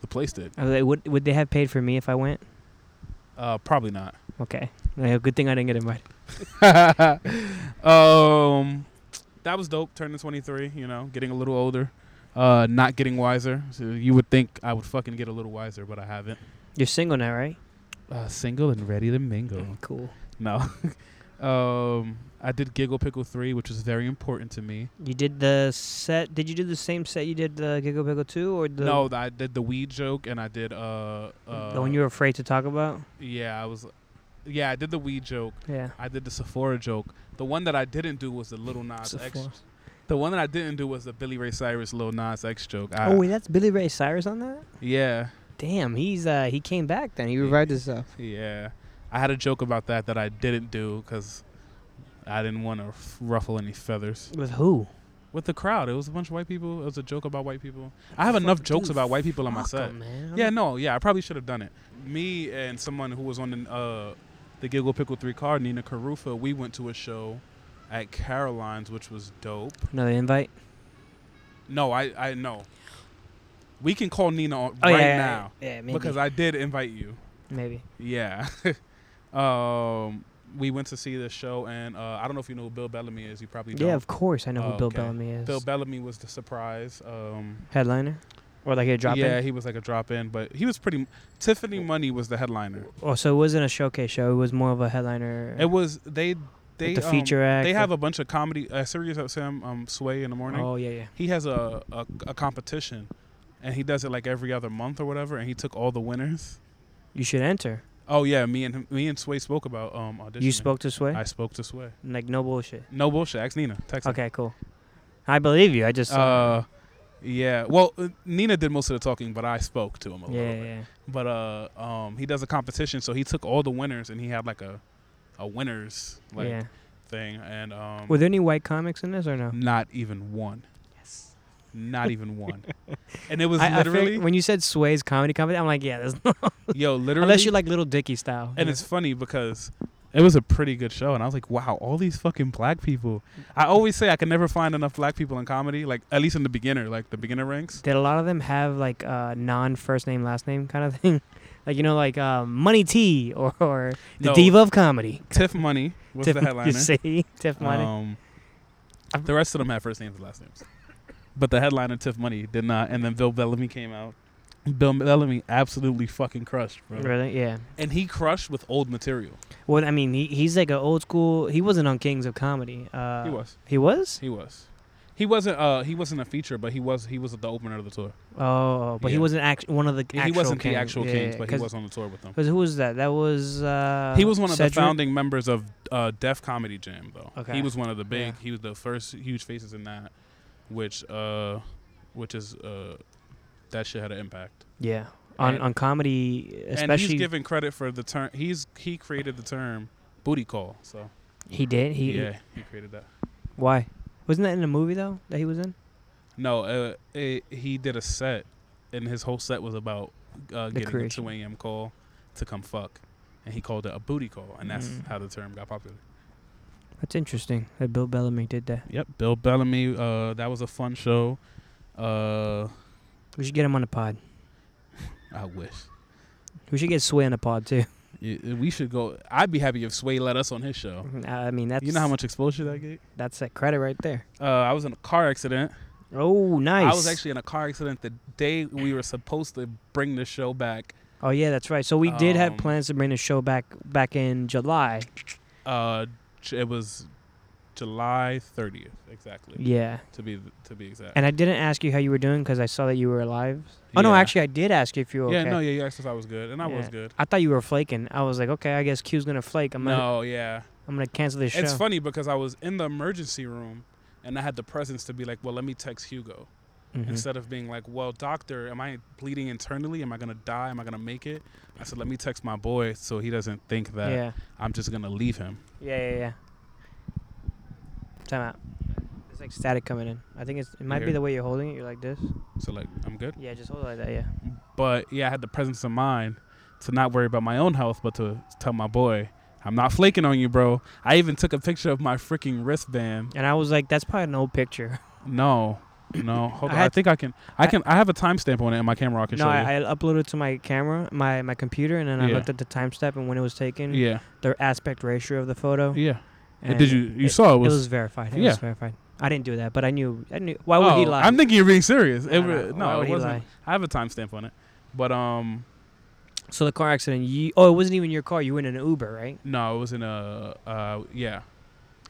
Speaker 4: The place did.
Speaker 3: I was like, would would they have paid for me if I went?
Speaker 4: Uh, probably not.
Speaker 3: Okay. Yeah, good thing I didn't get invited.
Speaker 4: um, that was dope. Turning twenty three. You know, getting a little older. Uh, not getting wiser. So you would think I would fucking get a little wiser, but I haven't.
Speaker 3: You're single now, right? Mm,
Speaker 4: Uh, single and ready to mingle.
Speaker 3: Cool.
Speaker 4: No. um, I did Giggle Pickle 3, which is very important to me.
Speaker 3: You did the set. Did you do the same set you did the Giggle Pickle 2 or the
Speaker 4: no, th- I did the weed joke and I did uh, uh
Speaker 3: the one you were afraid to talk about?
Speaker 4: Yeah, I was Yeah, I did the weed joke.
Speaker 3: Yeah.
Speaker 4: I did the Sephora joke. The one that I didn't do was the Little Nas X.
Speaker 3: Sephora.
Speaker 4: The one that I didn't do was the Billy Ray Cyrus Lil Nas X joke. I,
Speaker 3: Oh wait, that's Billy Ray Cyrus on that.
Speaker 4: yeah.
Speaker 3: Damn, he's uh he came back then. He
Speaker 4: Yeah.
Speaker 3: revived himself.
Speaker 4: Yeah. I had a joke about that that I didn't do cuz I didn't want to ruffle any feathers.
Speaker 3: With who?
Speaker 4: with the crowd. It was a bunch of white people. It was a joke about white people. I have enough jokes
Speaker 3: dude,
Speaker 4: about white people on my
Speaker 3: Fuck
Speaker 4: set.
Speaker 3: 'em, man.
Speaker 4: Yeah, no, yeah, I probably should have done it. Me and someone who was on the uh, the Giggle Pickle Three card, Nina Carufa, we went to a show at Caroline's, which was dope.
Speaker 3: Another invite.
Speaker 4: No, I I no. We can call Nina on
Speaker 3: Oh
Speaker 4: right
Speaker 3: yeah, yeah,
Speaker 4: now
Speaker 3: Yeah, yeah, maybe.
Speaker 4: because I did invite you.
Speaker 3: maybe.
Speaker 4: Yeah. um, we went to see the show, and uh, I don't know if you know who Bill Bellamy is. You probably don't.
Speaker 3: Yeah, of course I know who
Speaker 4: Oh,
Speaker 3: Bill
Speaker 4: okay.
Speaker 3: Bellamy is.
Speaker 4: Bill Bellamy was the surprise. Um,
Speaker 3: Headliner, or like a drop
Speaker 4: yeah,
Speaker 3: in.
Speaker 4: he was like a drop in, but he was pretty. Tiffany Money was the headliner.
Speaker 3: Oh, so it wasn't a showcase show. It was more of a headliner.
Speaker 4: It was they they
Speaker 3: like the
Speaker 4: um,
Speaker 3: feature act.
Speaker 4: They
Speaker 3: the-
Speaker 4: have a bunch of comedy. Uh, Sirius XM um, Sway in the morning.
Speaker 3: Oh yeah, yeah.
Speaker 4: He has a, a a competition, and he does it like every other month or whatever. And he took all the winners.
Speaker 3: You should enter.
Speaker 4: Oh yeah, me and him, me and Sway spoke about um auditioning.
Speaker 3: You spoke to Sway.
Speaker 4: I spoke to Sway.
Speaker 3: like no bullshit.
Speaker 4: No bullshit. Ask Nina. Text. her.
Speaker 3: Okay, cool. I believe you. I just saw
Speaker 4: Uh, yeah. Well, uh, Nina did most of the talking, but I spoke to him a
Speaker 3: it. yeah,
Speaker 4: little
Speaker 3: yeah,
Speaker 4: bit.
Speaker 3: yeah.
Speaker 4: But uh, um, he does a competition, so he took all the winners and he had like a, a winners like
Speaker 3: yeah.
Speaker 4: thing, and um,
Speaker 3: Were there any white comics in this or no?
Speaker 4: not even one,
Speaker 3: Yes.
Speaker 4: not even one, and it was
Speaker 3: I, I feel-
Speaker 4: literally
Speaker 3: when you said Sway's comedy company, I'm like, yeah, there's no,
Speaker 4: yo, literally.
Speaker 3: unless you like Little Dicky style.
Speaker 4: and it's funny because it was a pretty good show, and I was like, wow, all these fucking black people. I always say I can never find enough black people in comedy, like at least in the beginner, like the beginner ranks.
Speaker 3: did a lot of them have like uh, non first name last name kind of thing, like you know like uh, Money T or, or the
Speaker 4: No.
Speaker 3: diva of comedy.
Speaker 4: Tiff Money was
Speaker 3: Tiff-
Speaker 4: the headliner.
Speaker 3: You see, Tiff Money.
Speaker 4: Um, the rest of them had first names and last names. But the headliner, Tiff Money, did not. And then Bill Bellamy came out. Bill Bellamy absolutely fucking crushed, bro.
Speaker 3: really? Yeah.
Speaker 4: And he crushed with old material.
Speaker 3: Well, I mean, he, he's like an old school. He wasn't on Kings of Comedy. Uh,
Speaker 4: he was.
Speaker 3: He was.
Speaker 4: He was. He wasn't. Uh, he wasn't a feature, but he was. He was the opener of the tour.
Speaker 3: Oh, but
Speaker 4: Yeah.
Speaker 3: he wasn't act- one of the.
Speaker 4: He-
Speaker 3: actual
Speaker 4: he wasn't
Speaker 3: kings.
Speaker 4: the actual
Speaker 3: yeah,
Speaker 4: Kings, but he
Speaker 3: cause-
Speaker 4: was on the tour with them.
Speaker 3: Because who was that? That was. Uh,
Speaker 4: he was one of
Speaker 3: Cedric?
Speaker 4: the founding members of uh, Def Comedy Jam, though.
Speaker 3: Okay.
Speaker 4: He was one of the big.
Speaker 3: Yeah.
Speaker 4: He was the first huge faces in that, which, uh, which is, uh, that shit had an impact.
Speaker 3: Yeah, on
Speaker 4: And-
Speaker 3: on comedy,
Speaker 4: and he's
Speaker 3: especially
Speaker 4: given credit for the term. He's he created the term booty call. So
Speaker 3: he did. He
Speaker 4: yeah, he created that.
Speaker 3: why wasn't that in a movie though that he was in?
Speaker 4: No, uh, it, he did a set, and his whole set was about uh,
Speaker 3: The
Speaker 4: getting
Speaker 3: creation.
Speaker 4: a two a.m. call to come fuck, and he called it a booty call, and that's
Speaker 3: Mm.
Speaker 4: how the term got popular.
Speaker 3: That's interesting that Bill Bellamy did that.
Speaker 4: Yep, Bill Bellamy. Uh, that was a fun show. Uh,
Speaker 3: We should get him on the pod.
Speaker 4: I wish
Speaker 3: We should get Sway on the pod too.
Speaker 4: Y- we should go. I'd be happy if Sway let us on his show.
Speaker 3: I mean that's
Speaker 4: Oh. You know how much exposure that get.
Speaker 3: that's that credit right there.
Speaker 4: Uh, I was in a car accident.
Speaker 3: Oh, nice.
Speaker 4: I was actually in a car accident the day we were supposed to bring the show back.
Speaker 3: Oh yeah, that's right. So we did have
Speaker 4: Um,
Speaker 3: plans to bring the show back back in July.
Speaker 4: Uh, j- it was July 30th exactly.
Speaker 3: Yeah.
Speaker 4: To be to be exact.
Speaker 3: And I didn't ask you how you were doing because I saw that you were alive. Oh no,
Speaker 4: Yeah.
Speaker 3: actually I did ask you if you were
Speaker 4: Yeah,
Speaker 3: okay.
Speaker 4: no, yeah, you asked if I was good, and I was
Speaker 3: Yeah.
Speaker 4: good.
Speaker 3: I thought you were flaking. I was like, okay, I guess Q's gonna flake. I'm gonna,
Speaker 4: no, yeah.
Speaker 3: I'm gonna cancel this show.
Speaker 4: It's funny because I was in the emergency room, and I had the presence to be like, well, let me text Hugo
Speaker 3: Mhm.
Speaker 4: instead of being like, well, doctor, am I bleeding internally? Am I gonna die? Am I gonna make it? I said, let me text my boy so he doesn't think that
Speaker 3: Yeah.
Speaker 4: I'm just gonna leave him.
Speaker 3: Yeah, yeah, yeah. Time out. It's like static coming in. I think it's it might be
Speaker 4: Here.
Speaker 3: the way you're holding it. You're like this.
Speaker 4: So like, I'm good.
Speaker 3: Yeah, just hold it like that. Yeah.
Speaker 4: But yeah, I had the presence of mind to not worry about my own health, but to tell my boy, I'm not flaking on you, bro. I even took a picture of my freaking wristband.
Speaker 3: And I was like, that's probably an old picture.
Speaker 4: No, no, hold
Speaker 3: I
Speaker 4: on. I
Speaker 3: had-
Speaker 4: think I can. I can. I have a timestamp on it in my camera. I can
Speaker 3: No,
Speaker 4: show
Speaker 3: I,
Speaker 4: you.
Speaker 3: I uploaded it to my camera, my my computer, and then I
Speaker 4: Yeah.
Speaker 3: looked at the time step and when it was taken,
Speaker 4: yeah,
Speaker 3: the aspect ratio of the photo.
Speaker 4: yeah.
Speaker 3: and
Speaker 4: Did you? You
Speaker 3: it-
Speaker 4: saw it
Speaker 3: It
Speaker 4: was.
Speaker 3: was verified. It
Speaker 4: Yeah.
Speaker 3: was verified. I didn't do that, but I knew. I knew. Why would he
Speaker 4: Oh,
Speaker 3: lie?
Speaker 4: I'm thinking you're being serious.
Speaker 3: No,
Speaker 4: It, wa-
Speaker 3: no, why
Speaker 4: no,
Speaker 3: would
Speaker 4: it
Speaker 3: he
Speaker 4: wasn't.
Speaker 3: lie?
Speaker 4: I have a timestamp on it, but um,
Speaker 3: So the car accident. You, oh, it wasn't even your car. You were in an Uber, right?
Speaker 4: no, it was in a. Uh, yeah,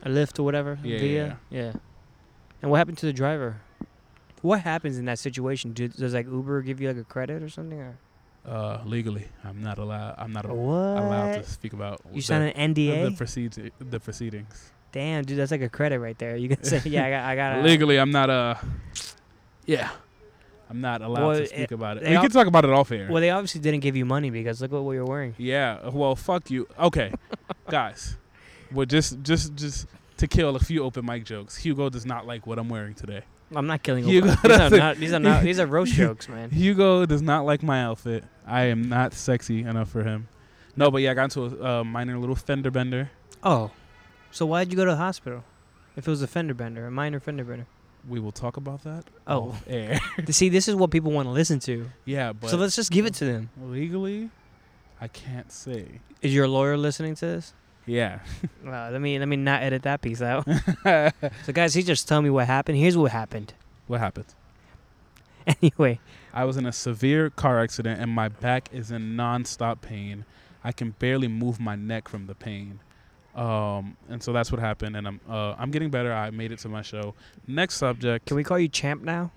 Speaker 3: A Lyft or whatever.
Speaker 4: Yeah, yeah,
Speaker 3: Via? yeah. And what happened to the driver? What happens in that situation? Do, does like Uber give you like a credit or something? Or?
Speaker 4: uh, legally, I'm not allowed. I'm not
Speaker 3: What?
Speaker 4: allowed to speak about.
Speaker 3: you
Speaker 4: the-
Speaker 3: signed an
Speaker 4: the,
Speaker 3: NDA.
Speaker 4: proceed the proceedings.
Speaker 3: Damn, dude, that's like a credit right there. You can say, yeah, I got, I got a-
Speaker 4: Legally, I'm not uh Yeah, I'm not allowed
Speaker 3: Well,
Speaker 4: to speak
Speaker 3: it-
Speaker 4: about it.
Speaker 3: they
Speaker 4: We
Speaker 3: al-
Speaker 4: can talk about it off air.
Speaker 3: Well, they obviously didn't give you money because look what you're wearing.
Speaker 4: yeah. uh, Well, fuck you. Okay, guys. Well, just just just to kill a few open mic jokes. Hugo does not like what I'm wearing today.
Speaker 3: I'm not killing.
Speaker 4: You
Speaker 3: You these
Speaker 4: got
Speaker 3: are
Speaker 4: nothing.
Speaker 3: not. These are not. These are roast jokes, man.
Speaker 4: Hugo does not like my outfit. I am not sexy enough for him. No, but yeah, I got into a uh, minor little fender bender.
Speaker 3: Oh, so why'd you go to the hospital? If it was a fender bender, a minor fender bender.
Speaker 4: We will talk about that.
Speaker 3: Oh.
Speaker 4: off air.
Speaker 3: See, this is what people want to listen to.
Speaker 4: yeah, but
Speaker 3: so let's just give it to them.
Speaker 4: legally, I can't say.
Speaker 3: Is your lawyer listening to this?
Speaker 4: Yeah.
Speaker 3: Well, Uh, let me let me not edit that piece out. so guys, he just told me what happened. Here's what happened.
Speaker 4: What happened?
Speaker 3: Anyway,
Speaker 4: I was in a severe car accident and my back is in nonstop pain. I can barely move my neck from the pain. Um, and so that's what happened. And I'm uh, I'm getting better. I made it to my show. Next subject.
Speaker 3: can we call you champ now?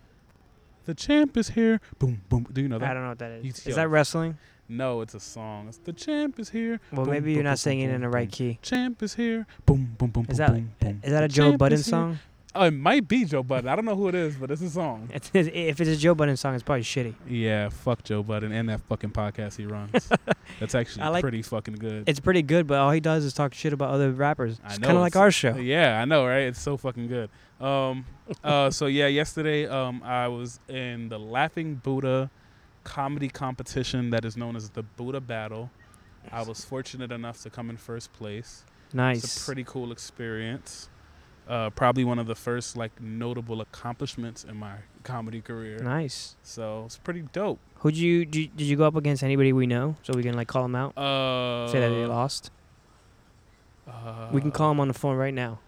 Speaker 4: the champ is here. Boom boom. Do you know
Speaker 3: I
Speaker 4: that?
Speaker 3: don't know what that is.
Speaker 4: You
Speaker 3: is
Speaker 4: killed
Speaker 3: that
Speaker 4: it.
Speaker 3: wrestling?
Speaker 4: No, it's a song. It's the champ is here.
Speaker 3: Well,
Speaker 4: Boom,
Speaker 3: maybe
Speaker 4: boom,
Speaker 3: you're
Speaker 4: boom,
Speaker 3: not singing
Speaker 4: boom,
Speaker 3: in the
Speaker 4: boom,
Speaker 3: right
Speaker 4: boom.
Speaker 3: key.
Speaker 4: Champ is here. Boom boom boom.
Speaker 3: Is
Speaker 4: boom,
Speaker 3: that
Speaker 4: boom, boom.
Speaker 3: is that
Speaker 4: The
Speaker 3: a Joe
Speaker 4: champ
Speaker 3: Budden
Speaker 4: is here.
Speaker 3: song?
Speaker 4: Oh, it might be Joe Budden. I don't know who it is, but it's a song.
Speaker 3: It's- if it's a Joe Budden song, it's probably shitty.
Speaker 4: Yeah, fuck Joe Budden and that fucking podcast he runs. That's actually
Speaker 3: I like-
Speaker 4: pretty fucking good.
Speaker 3: It's pretty good, but all he does is talk shit about other rappers.
Speaker 4: I
Speaker 3: It's
Speaker 4: know,
Speaker 3: kind of like
Speaker 4: it's-
Speaker 3: our show.
Speaker 4: Yeah, I know, right? It's so fucking good. Um, uh, so yeah, yesterday um, I was in the Laughing Buddha comedy competition that is known as the Buddha Battle. I was fortunate enough to come in first place. It's a
Speaker 3: Nice.
Speaker 4: pretty cool experience. Uh, probably one of the first like notable accomplishments in my comedy career.
Speaker 3: Nice.
Speaker 4: So it's pretty dope.
Speaker 3: Who'd you did, you did you go up against anybody we know so we can like call them out?
Speaker 4: Uh,
Speaker 3: say that they lost.
Speaker 4: uh,
Speaker 3: we can call them on the phone right now.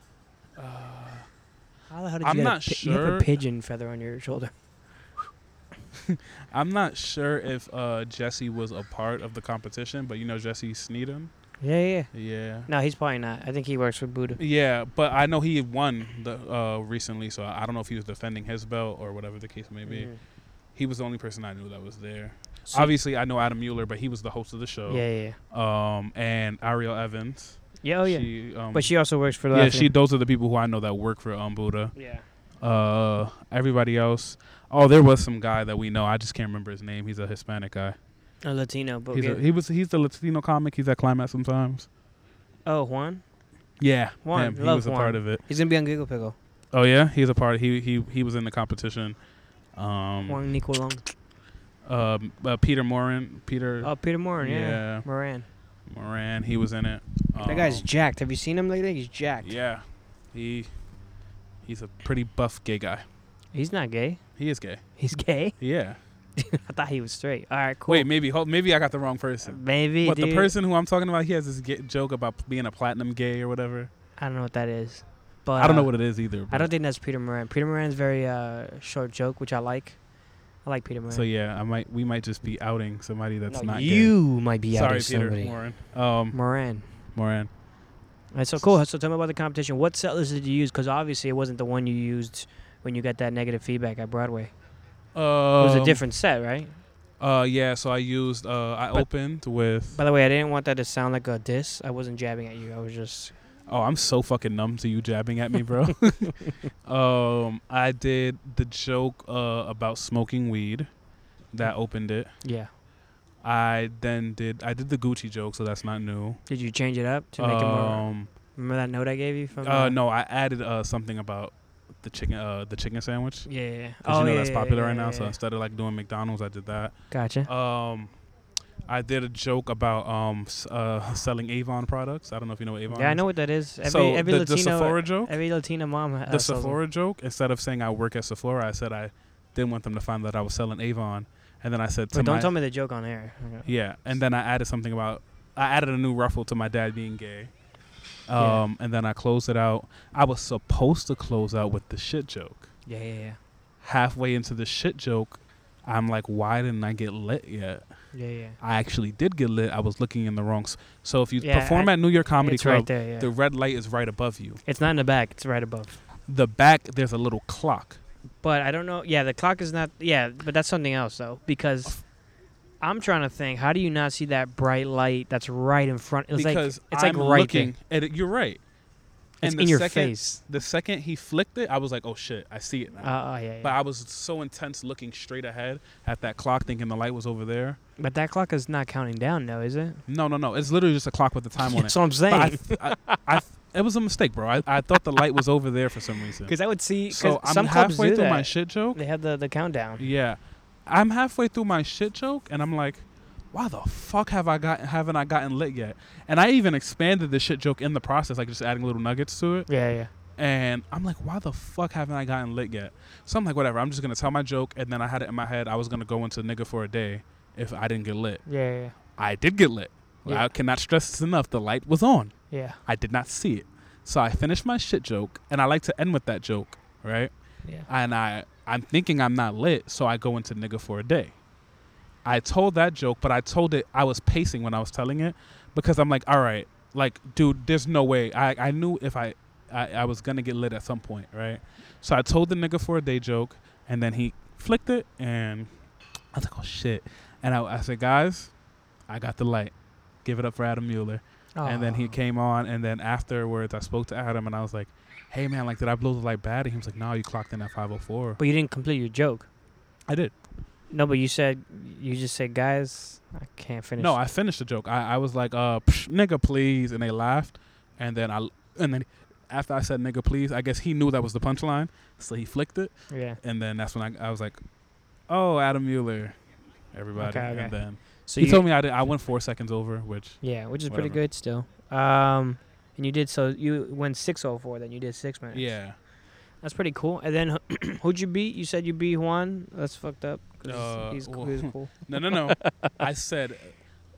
Speaker 3: How the hell did you
Speaker 4: I'm
Speaker 3: get
Speaker 4: not
Speaker 3: a, pi- you have
Speaker 4: sure.
Speaker 3: a pigeon feather on your shoulder?
Speaker 4: I'm not sure if uh, Jesse was a part of the competition, but you know Jesse Sneedham.
Speaker 3: Yeah, yeah, yeah.
Speaker 4: Yeah.
Speaker 3: No, he's probably not. I think he works for Buddha.
Speaker 4: Yeah, but I know he won the uh, recently, so I I don't know if he was defending his belt or whatever the case may be.
Speaker 3: Mhm.
Speaker 4: He was the only person I knew that was there.
Speaker 3: So-
Speaker 4: Obviously, I know Adam Mueller, but he was the host of the show.
Speaker 3: Yeah, yeah, yeah.
Speaker 4: Um, and Ariel Evans.
Speaker 3: Yeah, oh yeah.
Speaker 4: She, um,
Speaker 3: but she also works for the.
Speaker 4: yeah, she. Those are the people who I know that work for um, Buddha.
Speaker 3: Yeah.
Speaker 4: Uh, everybody else. Oh, there was some guy that we know. I just can't remember his name. He's a Hispanic guy.
Speaker 3: A Latino, but
Speaker 4: He's
Speaker 3: we-
Speaker 4: a, he was he's the Latino comic. He's at Climax sometimes.
Speaker 3: oh Juan,
Speaker 4: Yeah,
Speaker 3: Juan,
Speaker 4: him. He
Speaker 3: love
Speaker 4: was a part
Speaker 3: Juan.
Speaker 4: of it.
Speaker 3: he's gonna be on Giggle Pickle.
Speaker 4: Oh yeah, he's a part. He he he was in the competition. Um,
Speaker 3: Juan Nico Long.
Speaker 4: um, uh, Peter Moran, Peter
Speaker 3: Oh, Peter Moran. Yeah.
Speaker 4: Yeah.
Speaker 3: Moran.
Speaker 4: Moran, he was in it. Um,
Speaker 3: that guy's jacked. Have you seen him lately? He's jacked.
Speaker 4: yeah, he he's a pretty buff gay guy.
Speaker 3: He's not gay.
Speaker 4: He is gay.
Speaker 3: He's gay.
Speaker 4: Yeah.
Speaker 3: I thought he was straight. All right, cool.
Speaker 4: Wait, maybe hold, maybe I got the wrong person.
Speaker 3: maybe.
Speaker 4: but the
Speaker 3: dude.
Speaker 4: person who I'm talking about, he has this ga- joke about being a platinum gay or whatever.
Speaker 3: I don't know what that is. But
Speaker 4: I don't know
Speaker 3: uh,
Speaker 4: what it is either.
Speaker 3: I
Speaker 4: but-
Speaker 3: don't think that's Peter Moran. Peter Moran's very uh, short joke, which I like. I like Peter Moran.
Speaker 4: So yeah, I might we might just be outing somebody that's
Speaker 3: No,
Speaker 4: not
Speaker 3: you might
Speaker 4: Gay.
Speaker 3: be out
Speaker 4: Sorry,
Speaker 3: of
Speaker 4: Peter
Speaker 3: somebody.
Speaker 4: Moran. Um,
Speaker 3: Moran.
Speaker 4: Moran.
Speaker 3: All right, so cool. So tell me about the competition. What settlers did you use? Because obviously it wasn't the one you used when you got that negative feedback at Broadway.
Speaker 4: Um,
Speaker 3: It was a different set, right?
Speaker 4: Uh, yeah. So I used uh, I
Speaker 3: But-
Speaker 4: opened with.
Speaker 3: By the way, I didn't want that to sound like a diss. I wasn't jabbing at you. I was just
Speaker 4: Oh, I'm so fucking numb to you jabbing at me, bro. um, I did the joke uh about smoking weed, that
Speaker 3: Mm.
Speaker 4: opened it.
Speaker 3: yeah.
Speaker 4: I then did I did the Gucci joke, so that's not new.
Speaker 3: Did you change it up to make it more?
Speaker 4: um,
Speaker 3: Remember that note I gave you from?
Speaker 4: uh,
Speaker 3: the-
Speaker 4: no, I added uh something about the chicken uh the chicken sandwich.
Speaker 3: Yeah. yeah, yeah.
Speaker 4: Cause you know
Speaker 3: Oh, yeah,
Speaker 4: that's
Speaker 3: yeah,
Speaker 4: popular
Speaker 3: yeah,
Speaker 4: right now.
Speaker 3: yeah,
Speaker 4: So
Speaker 3: yeah.
Speaker 4: instead of like doing McDonald's, I did that.
Speaker 3: gotcha.
Speaker 4: Um, I did a joke about um s- uh selling Avon products. I don't know if you know what Avon.
Speaker 3: yeah, I
Speaker 4: is.
Speaker 3: know what that is. Every
Speaker 4: so
Speaker 3: every
Speaker 4: the,
Speaker 3: Latino
Speaker 4: the Sephora joke,
Speaker 3: every Latina mom. uh,
Speaker 4: the
Speaker 3: sells them.
Speaker 4: Sephora joke. Instead of saying I work at Sephora, I said I didn't want them to find that I was selling Avon, and then I said to
Speaker 3: But don't
Speaker 4: my
Speaker 3: tell me the joke on air. Okay.
Speaker 4: yeah, and then I added something about I added a new ruffle to my dad being gay.
Speaker 3: Yeah.
Speaker 4: Um, and then I closed it out. I was supposed to close out with the shit joke.
Speaker 3: Yeah, yeah, yeah,
Speaker 4: Halfway into the shit joke, I'm like, why didn't I get lit yet?
Speaker 3: yeah, yeah.
Speaker 4: I actually did get lit. I was looking in the wrong. S- so if you
Speaker 3: Yeah,
Speaker 4: perform
Speaker 3: I-
Speaker 4: at New York Comedy
Speaker 3: it's
Speaker 4: Club,
Speaker 3: right there. Yeah.
Speaker 4: the red light is right above you.
Speaker 3: it's not in the back. It's right above.
Speaker 4: The back, there's a little clock.
Speaker 3: But I don't know. Yeah, the clock is not. Yeah, but that's something else though, because I'm trying to think. How do you not see that bright light that's right in front? It's like
Speaker 4: because
Speaker 3: it's like
Speaker 4: I'm
Speaker 3: right there.
Speaker 4: looking at it. You're right.
Speaker 3: It's
Speaker 4: the
Speaker 3: in your
Speaker 4: second,
Speaker 3: face.
Speaker 4: The second he flicked it, I was like, oh shit, I see it now.
Speaker 3: Uh, oh yeah, yeah.
Speaker 4: But
Speaker 3: But,
Speaker 4: I was so intense looking straight ahead at that clock, thinking the light was over there.
Speaker 3: that clock is not counting down, though, is it?
Speaker 4: No, no, no. It's literally just a clock with the time on it.
Speaker 3: That's what I'm
Speaker 4: But I
Speaker 3: saying.
Speaker 4: th- I, I th- it was a mistake, bro. I, I thought the light was over there for some reason.
Speaker 3: Because I would see. 'cause
Speaker 4: So I'm
Speaker 3: some clubs
Speaker 4: halfway
Speaker 3: do
Speaker 4: through
Speaker 3: that.
Speaker 4: my shit joke.
Speaker 3: They have the the countdown.
Speaker 4: Yeah, I'm halfway through my shit joke, and I'm like, why the fuck have I got haven't I gotten lit yet? And I even expanded the shit joke in the process, like just adding little nuggets to it.
Speaker 3: Yeah, yeah.
Speaker 4: And I'm like, why the fuck haven't I gotten lit yet? So I'm like, whatever. I'm just gonna tell my joke, and then I had it in my head. I was gonna go into nigga for a day if I didn't get lit.
Speaker 3: Yeah, yeah,
Speaker 4: I did get lit.
Speaker 3: Yeah.
Speaker 4: I cannot stress this enough. The light was on.
Speaker 3: yeah.
Speaker 4: I did not see it. So I finished my shit joke, and I like to end with that joke, right?
Speaker 3: Yeah.
Speaker 4: And I I'm thinking I'm not lit, so I go into nigga for a day. I told that joke, but I told it I was pacing when I was telling it because I'm like, all right, like dude, there's no way. I I knew if I I, I was gonna get lit at some point, right? So I told the nigga for a day joke, and then he flicked it, and I was like, oh shit. And I, I said, guys, I got the light. Give it up for Adam Mueller and then he
Speaker 3: Aw.
Speaker 4: came on and then afterwards i spoke to adam and i was like hey man like did i blow the light bad and he was like no you clocked in at 504
Speaker 3: But you didn't complete your joke.
Speaker 4: i did
Speaker 3: No, but you said you just said, guys, I can't finish.
Speaker 4: no i finished the joke i, I was like uh psh, nigga please and they laughed and then i and then after i said nigga please i guess he knew that was the punchline so he flicked it
Speaker 3: yeah.
Speaker 4: and then that's when i, I was like oh adam mueller everybody
Speaker 3: Okay, okay.
Speaker 4: and then
Speaker 3: So
Speaker 4: he
Speaker 3: you
Speaker 4: told me I, did, I went four seconds over which
Speaker 3: Yeah, which is pretty
Speaker 4: Whatever.
Speaker 3: good still. Um, and you did so you went six oh four. Then you did six minutes.
Speaker 4: yeah
Speaker 3: that's pretty cool. And then who- who'd you beat? You said you beat Juan. That's fucked up. 'cause
Speaker 4: Uh,
Speaker 3: he's,
Speaker 4: well,
Speaker 3: he's cool.
Speaker 4: no no no i said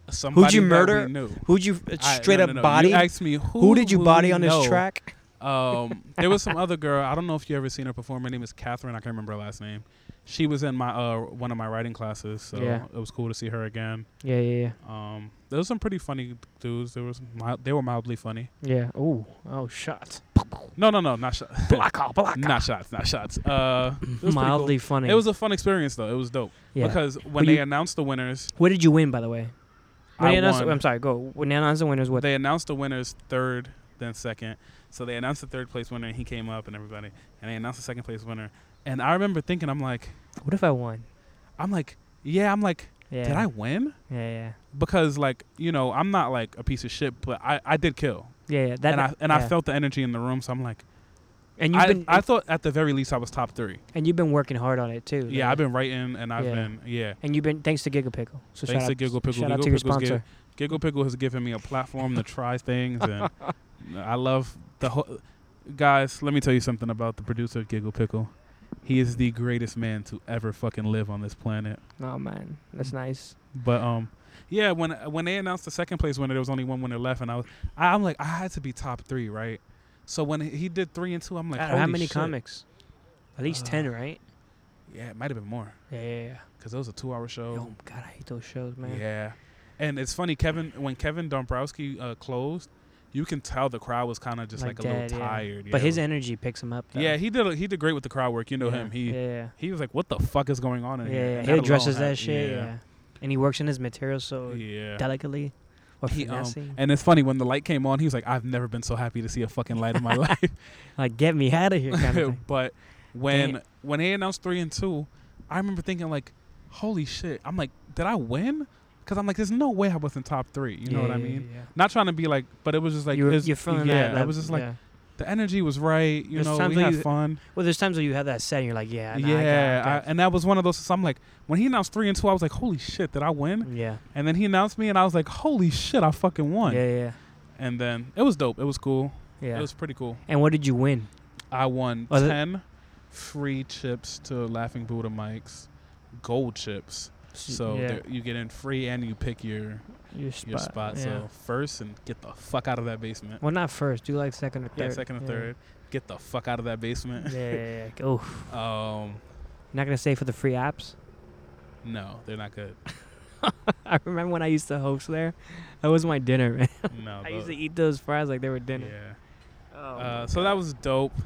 Speaker 4: uh, somebody that we
Speaker 3: murder?
Speaker 4: knew.
Speaker 3: Who'd you
Speaker 4: I-
Speaker 3: straight
Speaker 4: no,
Speaker 3: up
Speaker 4: no, no.
Speaker 3: body?
Speaker 4: You asked me who,
Speaker 3: who, did you
Speaker 4: will
Speaker 3: body
Speaker 4: we
Speaker 3: on this
Speaker 4: know?"
Speaker 3: track?
Speaker 4: Um, there was some other girl. I don't know if you ever seen her perform. Her name is Catherine. I can't remember her last name. She was in my uh, one of my writing classes, so
Speaker 3: Yeah.
Speaker 4: it was cool to see her again.
Speaker 3: Yeah, yeah,
Speaker 4: Um, there was some pretty funny dudes. There was mild, they were mildly funny.
Speaker 3: yeah. Yeah. Ooh. Oh, shots.
Speaker 4: No, no, no, not shots.
Speaker 3: Block off. Block
Speaker 4: not shots. Not shots. Uh, it was pretty cool.
Speaker 3: Mildly funny.
Speaker 4: It was a fun experience though. It was dope
Speaker 3: yeah.
Speaker 4: because when
Speaker 3: you-
Speaker 4: they announced the winners,
Speaker 3: Where did you win, by the way? When
Speaker 4: I
Speaker 3: they announced-
Speaker 4: won.
Speaker 3: I'm sorry. Go. When they announced the winners, what?
Speaker 4: they announced the winners third, then second. So they announced the third place winner, and he came up, and everybody, and they announced the second place winner. And I remember thinking, I'm like,
Speaker 3: What if I won?
Speaker 4: I'm like, yeah, I'm like,
Speaker 3: Yeah.
Speaker 4: did I win?
Speaker 3: Yeah, yeah.
Speaker 4: Because like, you know, I'm not like a piece of shit, but I, I did kill,
Speaker 3: Yeah, yeah. That
Speaker 4: and I and
Speaker 3: yeah.
Speaker 4: I felt the energy in the room. So I'm like,
Speaker 3: And you've
Speaker 4: I,
Speaker 3: been
Speaker 4: I thought at the very least I was top three.
Speaker 3: and you've been working hard on it too.
Speaker 4: Yeah, I've been writing, and I've
Speaker 3: Yeah.
Speaker 4: been yeah.
Speaker 3: And you've been thanks to Giga Pickle. So
Speaker 4: Thanks
Speaker 3: shout
Speaker 4: to
Speaker 3: out,
Speaker 4: Giggle Pickle.
Speaker 3: Shout out
Speaker 4: Giggle
Speaker 3: to your
Speaker 4: Pickle's
Speaker 3: sponsor.
Speaker 4: Giggle Pickle has given me a platform to try things, and I love the whole. Guys, let me tell you something about the producer of Giggle Pickle. He is the greatest man to ever fucking live on this planet.
Speaker 3: Oh man,
Speaker 4: Mm.
Speaker 3: that's nice.
Speaker 4: But um, yeah, when when they announced the second place winner, there was only one winner left, and I was I, I'm like I had to be top three, right? So when he did three and two, I'm like,
Speaker 3: Out of how
Speaker 4: "Holy
Speaker 3: many
Speaker 4: shit."
Speaker 3: comics? At least ten,
Speaker 4: Uh,
Speaker 3: right?
Speaker 4: Yeah, it might have been more
Speaker 3: Yeah, yeah, yeah.
Speaker 4: because that was a two-hour show.
Speaker 3: Oh God, I hate those shows, man.
Speaker 4: Yeah, and it's funny, Kevin. When Kevin Dombrowski uh, closed, you can tell the crowd was kind of just
Speaker 3: Like
Speaker 4: like, a
Speaker 3: dead,
Speaker 4: little
Speaker 3: yeah.
Speaker 4: tired.
Speaker 3: But
Speaker 4: yeah.
Speaker 3: his energy picks him up. Though.
Speaker 4: yeah, he did. A, he did great with the crowd work. You know
Speaker 3: yeah.
Speaker 4: him. He
Speaker 3: yeah, yeah,
Speaker 4: he was like, "What the fuck is going on
Speaker 3: yeah.
Speaker 4: in
Speaker 3: yeah,
Speaker 4: here?"
Speaker 3: yeah.
Speaker 4: And
Speaker 3: He
Speaker 4: alone
Speaker 3: addresses
Speaker 4: had-
Speaker 3: that shit. Yeah. and he works in his material so
Speaker 4: yeah.
Speaker 3: delicately or
Speaker 4: He, um,
Speaker 3: finessing.
Speaker 4: and it's funny when the light came on, he was like, "I've never been so happy to see a fucking light in my life."
Speaker 3: like, get me out of here, kind of thing.
Speaker 4: but when
Speaker 3: Damn.
Speaker 4: when they announced three and two, I remember thinking like, "Holy shit!" I'm like, "Did I win?" Because I'm like, "There's no way I was in top three. You know
Speaker 3: Yeah,
Speaker 4: what I
Speaker 3: yeah,
Speaker 4: mean?
Speaker 3: yeah.
Speaker 4: Not trying to be like, but it was just like
Speaker 3: you're,
Speaker 4: it's-
Speaker 3: you're feeling
Speaker 4: yeah,
Speaker 3: that.
Speaker 4: I
Speaker 3: that-
Speaker 4: was just like
Speaker 3: yeah.
Speaker 4: the energy was right. You
Speaker 3: There's
Speaker 4: know,
Speaker 3: times
Speaker 4: we
Speaker 3: when
Speaker 4: had
Speaker 3: you-
Speaker 4: fun.
Speaker 3: well, there's times where you have that set and you're like, yeah, nah, I got-
Speaker 4: yeah,
Speaker 3: I
Speaker 4: I- and that was one of those. So I'm like, when he announced three and two, I was like, "Holy shit! Did I win?"
Speaker 3: got- yeah,
Speaker 4: And then he announced me, and I was like, "Holy shit! I fucking won!"
Speaker 3: yeah, yeah,
Speaker 4: And then it was dope. It was cool.
Speaker 3: yeah.
Speaker 4: It was pretty cool.
Speaker 3: and what did you win?
Speaker 4: I won
Speaker 3: Oh, that-
Speaker 4: ten free chips to Laughing Buddha Mike's gold chips. So
Speaker 3: yeah,
Speaker 4: they're- you get in free, and you pick your
Speaker 3: your spot.
Speaker 4: your spot.
Speaker 3: yeah.
Speaker 4: So first, and get the fuck out of that basement.
Speaker 3: well, not first. Do like second or third.
Speaker 4: Yeah, second or third. Get the fuck out of that
Speaker 3: Yeah,
Speaker 4: basement.
Speaker 3: yeah, yeah, yeah. Oh,
Speaker 4: um,
Speaker 3: not gonna say for the free apps.
Speaker 4: no, they're not good.
Speaker 3: I remember when I used to host there. That was my dinner, man.
Speaker 4: No,
Speaker 3: I used
Speaker 4: tho-
Speaker 3: to eat those fries like they were dinner.
Speaker 4: Yeah.
Speaker 3: Oh,
Speaker 4: Uh, so that was dope. It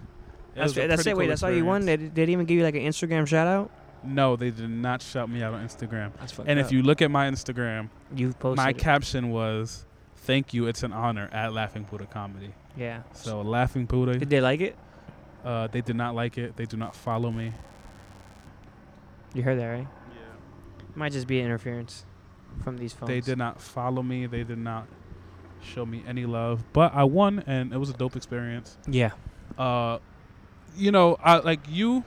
Speaker 3: that's
Speaker 4: was a
Speaker 3: it. That's
Speaker 4: pretty
Speaker 3: it. Wait,
Speaker 4: cool
Speaker 3: that's all you won. They,
Speaker 4: experience.
Speaker 3: they didn't even give you like an Instagram shout out.
Speaker 4: No, they did not shout me out on Instagram.
Speaker 3: That's fucked
Speaker 4: And
Speaker 3: up.
Speaker 4: if you look at my Instagram,
Speaker 3: you've posted,
Speaker 4: my
Speaker 3: it.
Speaker 4: caption was, "Thank you, it's an honor at Laughing Buddha Comedy."
Speaker 3: yeah.
Speaker 4: So Laughing Buddha,
Speaker 3: Did they like it?
Speaker 4: uh, they did not like it. They do not follow me.
Speaker 3: You heard that right?
Speaker 4: Yeah.
Speaker 3: Might just be interference from these phones.
Speaker 4: They did not follow me. They did not show me any love. But I won, and it was a dope experience.
Speaker 3: Yeah.
Speaker 4: uh, you know, I, like you,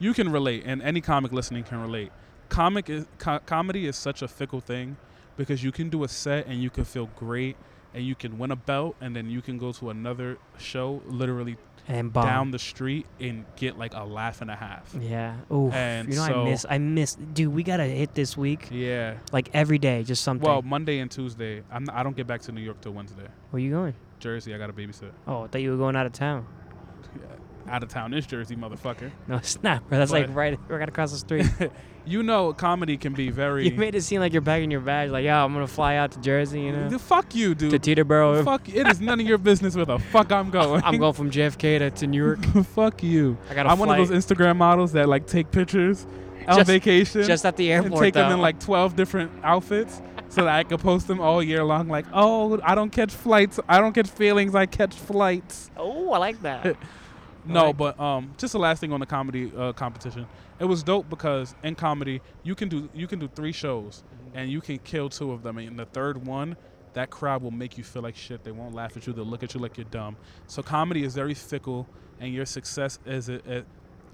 Speaker 4: you can relate, and any comic listening can relate. Comic is co- comedy is such a fickle thing because you can do a set and you can feel great and you can win a belt and then you can go to another show literally
Speaker 3: And bomb.
Speaker 4: down the street and get like a laugh and a half.
Speaker 3: yeah. Oof.
Speaker 4: And
Speaker 3: you know
Speaker 4: so-
Speaker 3: I miss. I miss. Dude, we gotta hit this week.
Speaker 4: Yeah.
Speaker 3: Like every day, just something.
Speaker 4: Well, Monday and Tuesday, I'm not, I don't get back to New York till Wednesday.
Speaker 3: Where you going?
Speaker 4: Jersey, I got to babysit.
Speaker 3: Oh, I thought you were going out of town.
Speaker 4: Out of town is Jersey, motherfucker.
Speaker 3: No, it's not, bro. That's
Speaker 4: But-
Speaker 3: like right, right across the street.
Speaker 4: You know, comedy can be very.
Speaker 3: you made it seem like you're bagging your bags. Like, yo, I'm gonna fly out to Jersey, you know,
Speaker 4: Fuck you, dude.
Speaker 3: to Teterboro.
Speaker 4: Fuck, it is none of your business where the fuck I'm going.
Speaker 3: I'm going from JFK to, to Newark.
Speaker 4: fuck you.
Speaker 3: I got a
Speaker 4: I'm one of
Speaker 3: flight.
Speaker 4: those Instagram models that like take pictures on
Speaker 3: Just-
Speaker 4: vacation
Speaker 3: just at the
Speaker 4: and
Speaker 3: airport.
Speaker 4: take
Speaker 3: though.
Speaker 4: them in like 12 different outfits so that I could post them all year long. Like, oh, I don't catch flights. I don't catch feelings. I catch flights.
Speaker 3: oh, I like that.
Speaker 4: No,
Speaker 3: Like-
Speaker 4: but um, just the last thing on the comedy uh, competition. It was dope because in comedy you can do you can do three shows
Speaker 3: Mm-hmm.
Speaker 4: and you can kill two of them, and the third one, that crowd will make you feel like shit. They won't laugh at you. They'll look at you like you're dumb. So comedy is very fickle, and your success is it. it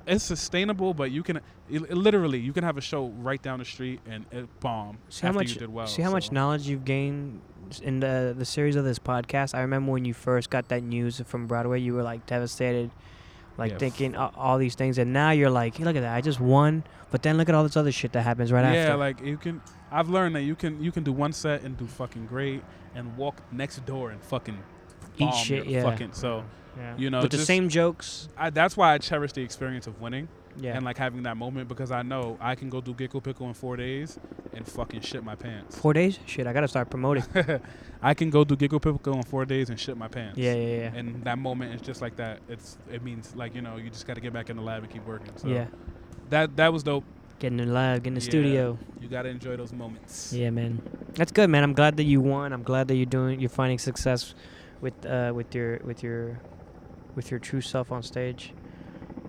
Speaker 4: it's sustainable, but you can it, it literally you can have a show right down the street and it bomb
Speaker 3: See how
Speaker 4: after
Speaker 3: much
Speaker 4: you did well.
Speaker 3: see how much
Speaker 4: so-
Speaker 3: knowledge you've gained s- in the the series of this podcast. I remember when you first got that news from Broadway, you were like devastated, like
Speaker 4: Yeah, f-
Speaker 3: thinking a- all these things, and now you're like, hey, look at that, I just won. But then look at all this other shit that happens right
Speaker 4: yeah,
Speaker 3: after.
Speaker 4: like you can. I've learned that you can you can do one set and do fucking great, and walk next door and fucking bomb
Speaker 3: Eat shit,
Speaker 4: your
Speaker 3: yeah.
Speaker 4: fucking. So
Speaker 3: yeah.
Speaker 4: you know,
Speaker 3: with the
Speaker 4: just-
Speaker 3: same jokes.
Speaker 4: I, that's why I cherish the experience of winning
Speaker 3: Yeah,
Speaker 4: and like having that moment because I know I can go do Gickle Pickle in four days and fucking shit my pants.
Speaker 3: four days. Shit, I gotta start promoting.
Speaker 4: I can go do Gickle Pickle in four days and shit my pants.
Speaker 3: yeah, yeah, yeah.
Speaker 4: And that moment is just like that. It's it means like you know you just got to get back in the lab and keep working. So
Speaker 3: yeah,
Speaker 4: that that was dope.
Speaker 3: getting it live, getting the
Speaker 4: Yeah.
Speaker 3: studio.
Speaker 4: You got to enjoy those moments.
Speaker 3: Yeah, man, that's good, man. I'm glad that you won. I'm glad that you're doing, you're finding success with uh, with your with your with your true self on stage.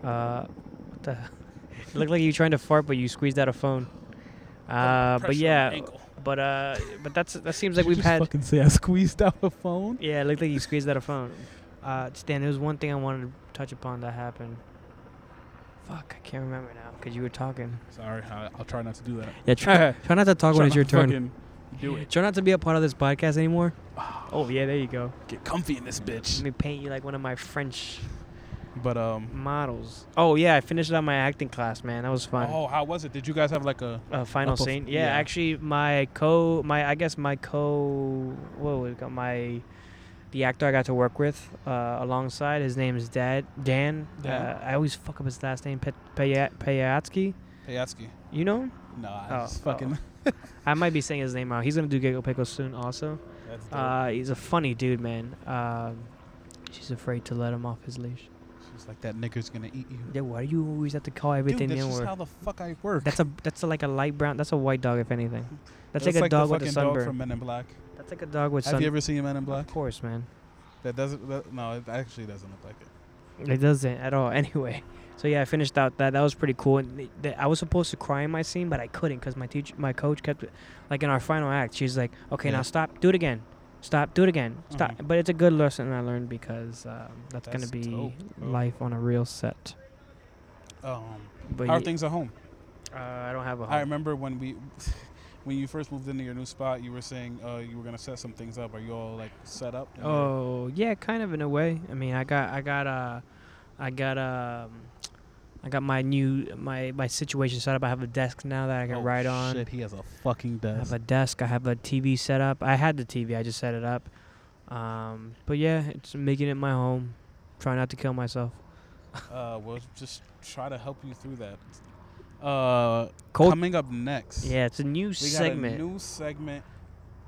Speaker 3: Uh, what the? it looked like you trying to fart, but you squeezed out a phone. Uh,
Speaker 4: Pressure on
Speaker 3: but
Speaker 4: the
Speaker 3: yeah,
Speaker 4: ankle.
Speaker 3: but uh, but that's that seems like
Speaker 4: Did you
Speaker 3: we've
Speaker 4: just
Speaker 3: had.
Speaker 4: fucking say I squeezed out a phone.
Speaker 3: Yeah, it looked like you squeezed out a phone. Uh, Stan, there was one thing I wanted to touch upon that happened. Fuck, I can't remember now because you were talking.
Speaker 4: Sorry, I, I'll try not to do that.
Speaker 3: Yeah, try try not to talk when
Speaker 4: Try
Speaker 3: it's your
Speaker 4: not to
Speaker 3: turn.
Speaker 4: fucking Do it. Ah,
Speaker 3: Try not to be a part of this podcast anymore. Oh yeah, there you go.
Speaker 4: Get comfy in this
Speaker 3: Let
Speaker 4: bitch.
Speaker 3: me paint you like one of my French
Speaker 4: But um,
Speaker 3: models. Oh yeah, I finished out my acting class, man. That was fun.
Speaker 4: oh, how was it? Did you guys have like a?
Speaker 3: Uh, final
Speaker 4: Up of-
Speaker 3: scene. Yeah,
Speaker 4: yeah.
Speaker 3: actually, my co, my I guess my co, what was it called? my, the actor I got to work with uh, alongside his name is Dad Dan.
Speaker 4: Dan?
Speaker 3: Uh, I always fuck up his last name. Pe- Paya- Payatsky.
Speaker 4: Payatsky.
Speaker 3: You know him?
Speaker 4: No, I
Speaker 3: Oh,
Speaker 4: just fucking.
Speaker 3: I might be saying his name out. He's gonna do Giggle Pickle soon, also.
Speaker 4: That's dope.
Speaker 3: Uh, he's a funny dude, man. Um, she's afraid to let him off his leash.
Speaker 4: She's like that nigger's gonna eat you.
Speaker 3: Yeah, why do you always have to call everything
Speaker 4: Dude,
Speaker 3: the
Speaker 4: that's just
Speaker 3: N-word?
Speaker 4: how the fuck I work.
Speaker 3: That's a that's a, like a light brown. That's a white dog, if anything. That's, like a
Speaker 4: the
Speaker 3: dog with a
Speaker 4: fucking
Speaker 3: sunburn.
Speaker 4: Dog from Men in Black.
Speaker 3: that's like a dog with
Speaker 4: Have
Speaker 3: sun.
Speaker 4: you ever seen Men in Black?
Speaker 3: Of course, man.
Speaker 4: That doesn't. That, no, it actually doesn't look like it.
Speaker 3: It doesn't at all. Anyway, so yeah, I finished out that. That was pretty cool. And th- th- I was supposed to cry in my scene, but I couldn't because my teacher, my coach kept, like in our final act, she's like, "Okay,
Speaker 4: Yeah.
Speaker 3: now stop, do it again, stop, do it again, stop."
Speaker 4: Mhm.
Speaker 3: But it's a good lesson I learned because um, that's,
Speaker 4: That's
Speaker 3: gonna be
Speaker 4: dope, bro.
Speaker 3: life on a real set.
Speaker 4: Um,
Speaker 3: But
Speaker 4: how are
Speaker 3: ye-
Speaker 4: things at home?
Speaker 3: Uh, I don't have a.
Speaker 4: I
Speaker 3: home.
Speaker 4: remember when we, when you first moved into your new spot, you were saying uh, you were gonna set some things up. Are you all like set up? and you're-
Speaker 3: Oh yeah, kind of in a way. I mean, I got I got uh, I got um, I got my new my my situation set up. I have a desk now that I can
Speaker 4: Oh,
Speaker 3: write on.
Speaker 4: Shit, he has a fucking
Speaker 3: I have
Speaker 4: desk.
Speaker 3: a desk. I have a TV set up. I had the TV. I just set it up. Um, but yeah, it's making it my home. Try not to kill myself.
Speaker 4: Uh, we'll just try to help you through that. Uh,
Speaker 3: Cold.
Speaker 4: coming up next,
Speaker 3: yeah, it's a new
Speaker 4: we
Speaker 3: segment.
Speaker 4: got a new segment.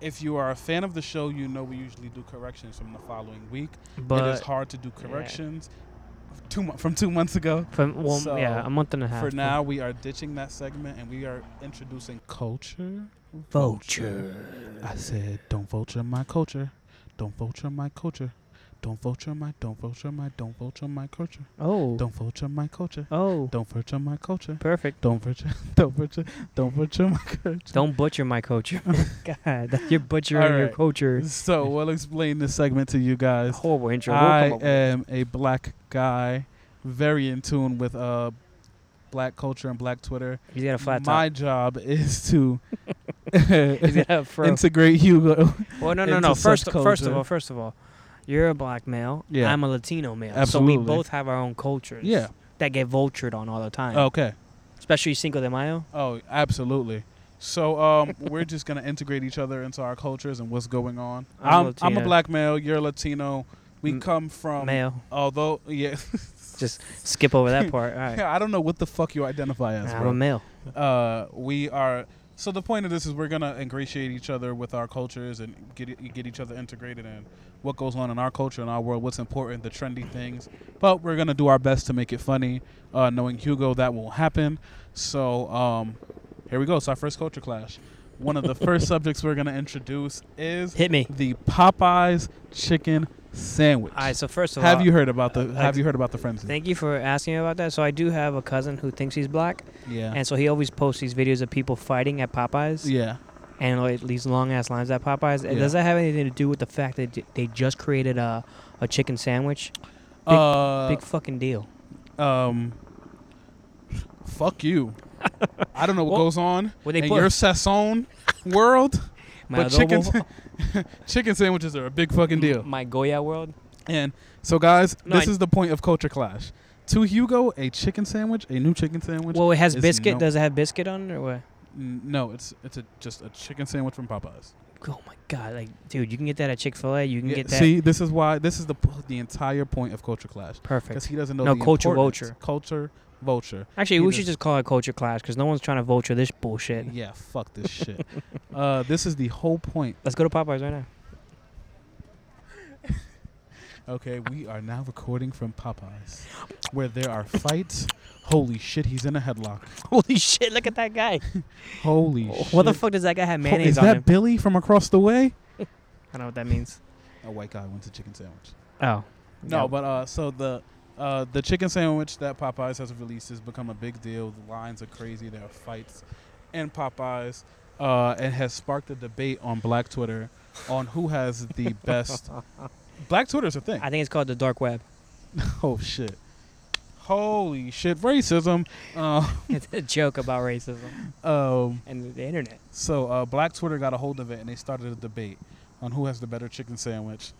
Speaker 4: If you are a fan of the show, you know we usually do corrections from the following week. it is
Speaker 3: but
Speaker 4: hard to do corrections two mo- from two months ago.
Speaker 3: from well,
Speaker 4: So,
Speaker 3: yeah, a month and a half.
Speaker 4: For now, we are ditching that segment and we are introducing culture. I said, don't vulture my culture. Don't vulture my culture. Don't vulture my, don't vulture my, don't vulture my culture.
Speaker 3: Oh.
Speaker 4: Don't vulture my culture.
Speaker 3: Oh.
Speaker 4: Don't vulture my culture.
Speaker 3: Perfect.
Speaker 4: Don't vulture, don't vulture, don't vulture my culture.
Speaker 3: Don't butcher my culture. God, that- you're butchering your
Speaker 4: Alright.
Speaker 3: culture.
Speaker 4: So we'll explain this segment to you guys.
Speaker 3: Horrible intro. We'll come
Speaker 4: I uh,
Speaker 3: up with-
Speaker 4: am a black guy, very in tune with uh, black culture and black Twitter.
Speaker 3: He's got a flat
Speaker 4: My
Speaker 3: top.
Speaker 4: job is to
Speaker 3: He's got a fro.
Speaker 4: integrate Hugo.
Speaker 3: well, no, no, no.
Speaker 4: into
Speaker 3: First,
Speaker 4: such
Speaker 3: first of
Speaker 4: culture.
Speaker 3: all, first of all, you're a black male.
Speaker 4: Yeah.
Speaker 3: I'm a Latino male. So
Speaker 4: Absolutely.
Speaker 3: we both have our own cultures.
Speaker 4: yeah. Oh.
Speaker 3: That get vultured on all the time.
Speaker 4: Okay.
Speaker 3: Especially Cinco de Mayo.
Speaker 4: Oh, absolutely. So um, we're just gonna integrate each other into our cultures and what's going on.
Speaker 3: I'm
Speaker 4: I'm, I'm a
Speaker 3: Latino.
Speaker 4: black male. You're Latino. We
Speaker 3: M-
Speaker 4: come from
Speaker 3: Mayo.
Speaker 4: although yeah.
Speaker 3: Just skip over that part. All right.
Speaker 4: I don't know what the fuck you identify as.
Speaker 3: I'm
Speaker 4: bro.
Speaker 3: a male.
Speaker 4: uh, we are. So the point of this is we're gonna ingratiate each other with our cultures and get get each other integrated in what goes on in our culture and our world, what's important, the trendy things. But we're gonna do our best to make it funny. Uh, knowing Hugo, that won't happen. So um, here we go. It's our first culture clash. One of the first subjects we're gonna introduce is
Speaker 3: Hit me.
Speaker 4: the Popeyes chicken sandwich.
Speaker 3: All right. So first of all,
Speaker 4: have you heard about the Have
Speaker 3: Uh, ex-
Speaker 4: you heard about the frenzy?
Speaker 3: Thank you for asking about that. So I do have a cousin who thinks he's black,
Speaker 4: yeah.
Speaker 3: and so he always posts these videos of people fighting at Popeyes.
Speaker 4: yeah.
Speaker 3: and like these long ass lines at Popeyes.
Speaker 4: Yeah.
Speaker 3: Does that have anything to do with the fact that j- they just created a, a chicken sandwich?
Speaker 4: uh,
Speaker 3: Big fucking deal.
Speaker 4: um, fuck you. I don't know what
Speaker 3: Well,
Speaker 4: goes on
Speaker 3: What they
Speaker 4: in
Speaker 3: put
Speaker 4: your Sasson world,
Speaker 3: my
Speaker 4: but chicken
Speaker 3: adobo-
Speaker 4: chicken sandwiches are a big fucking deal.
Speaker 3: My Goya world.
Speaker 4: And so, guys,
Speaker 3: Mm. No,
Speaker 4: this
Speaker 3: I-
Speaker 4: is the point of culture clash. To Hugo, a chicken sandwich, a new chicken sandwich.
Speaker 3: Well, it has
Speaker 4: is
Speaker 3: biscuit.
Speaker 4: no-
Speaker 3: Does it have biscuit on it or what?
Speaker 4: N- no, it's it's a, just a chicken sandwich from Popeyes.
Speaker 3: Oh my god! Like, dude, you can get that at Chick Fil A. You can
Speaker 4: Yeah,
Speaker 3: get that.
Speaker 4: See, this is why this is the p- the entire point of culture clash because
Speaker 3: Perfect.
Speaker 4: he doesn't know
Speaker 3: No,
Speaker 4: the
Speaker 3: culture
Speaker 4: importance.
Speaker 3: vulture.
Speaker 4: Culture vulture.
Speaker 3: Actually,
Speaker 4: he
Speaker 3: we
Speaker 4: does-
Speaker 3: should just call it culture clash because no one's trying to vulture this bullshit.
Speaker 4: Yeah, fuck this shit. uh, this is the whole point
Speaker 3: Let's go to Popeyes right now.
Speaker 4: Okay, we are now recording from Popeyes, where there are fights. Holy shit, he's in a headlock.
Speaker 3: Holy shit! Look at that guy.
Speaker 4: Holy shit.
Speaker 3: what the fuck does that guy have
Speaker 4: Ho-
Speaker 3: mayonnaise
Speaker 4: Is
Speaker 3: on
Speaker 4: that
Speaker 3: him?
Speaker 4: Billy from across the way?
Speaker 3: I don't know what that means.
Speaker 4: A white guy wants a chicken sandwich.
Speaker 3: Oh.
Speaker 4: No, but uh, so the uh, the chicken sandwich that Popeyes has released has become a big deal. The lines are crazy. There are fights in Popeyes, uh, and has sparked a debate on Black Twitter on who has the best. Black Twitter's a thing.
Speaker 3: I think it's called the dark web.
Speaker 4: Oh shit! Holy shit! Racism. Uh,
Speaker 3: it's a joke about racism
Speaker 4: um.
Speaker 3: and the internet.
Speaker 4: So uh, Black Twitter got a hold of it and they started a debate on who has the better chicken sandwich,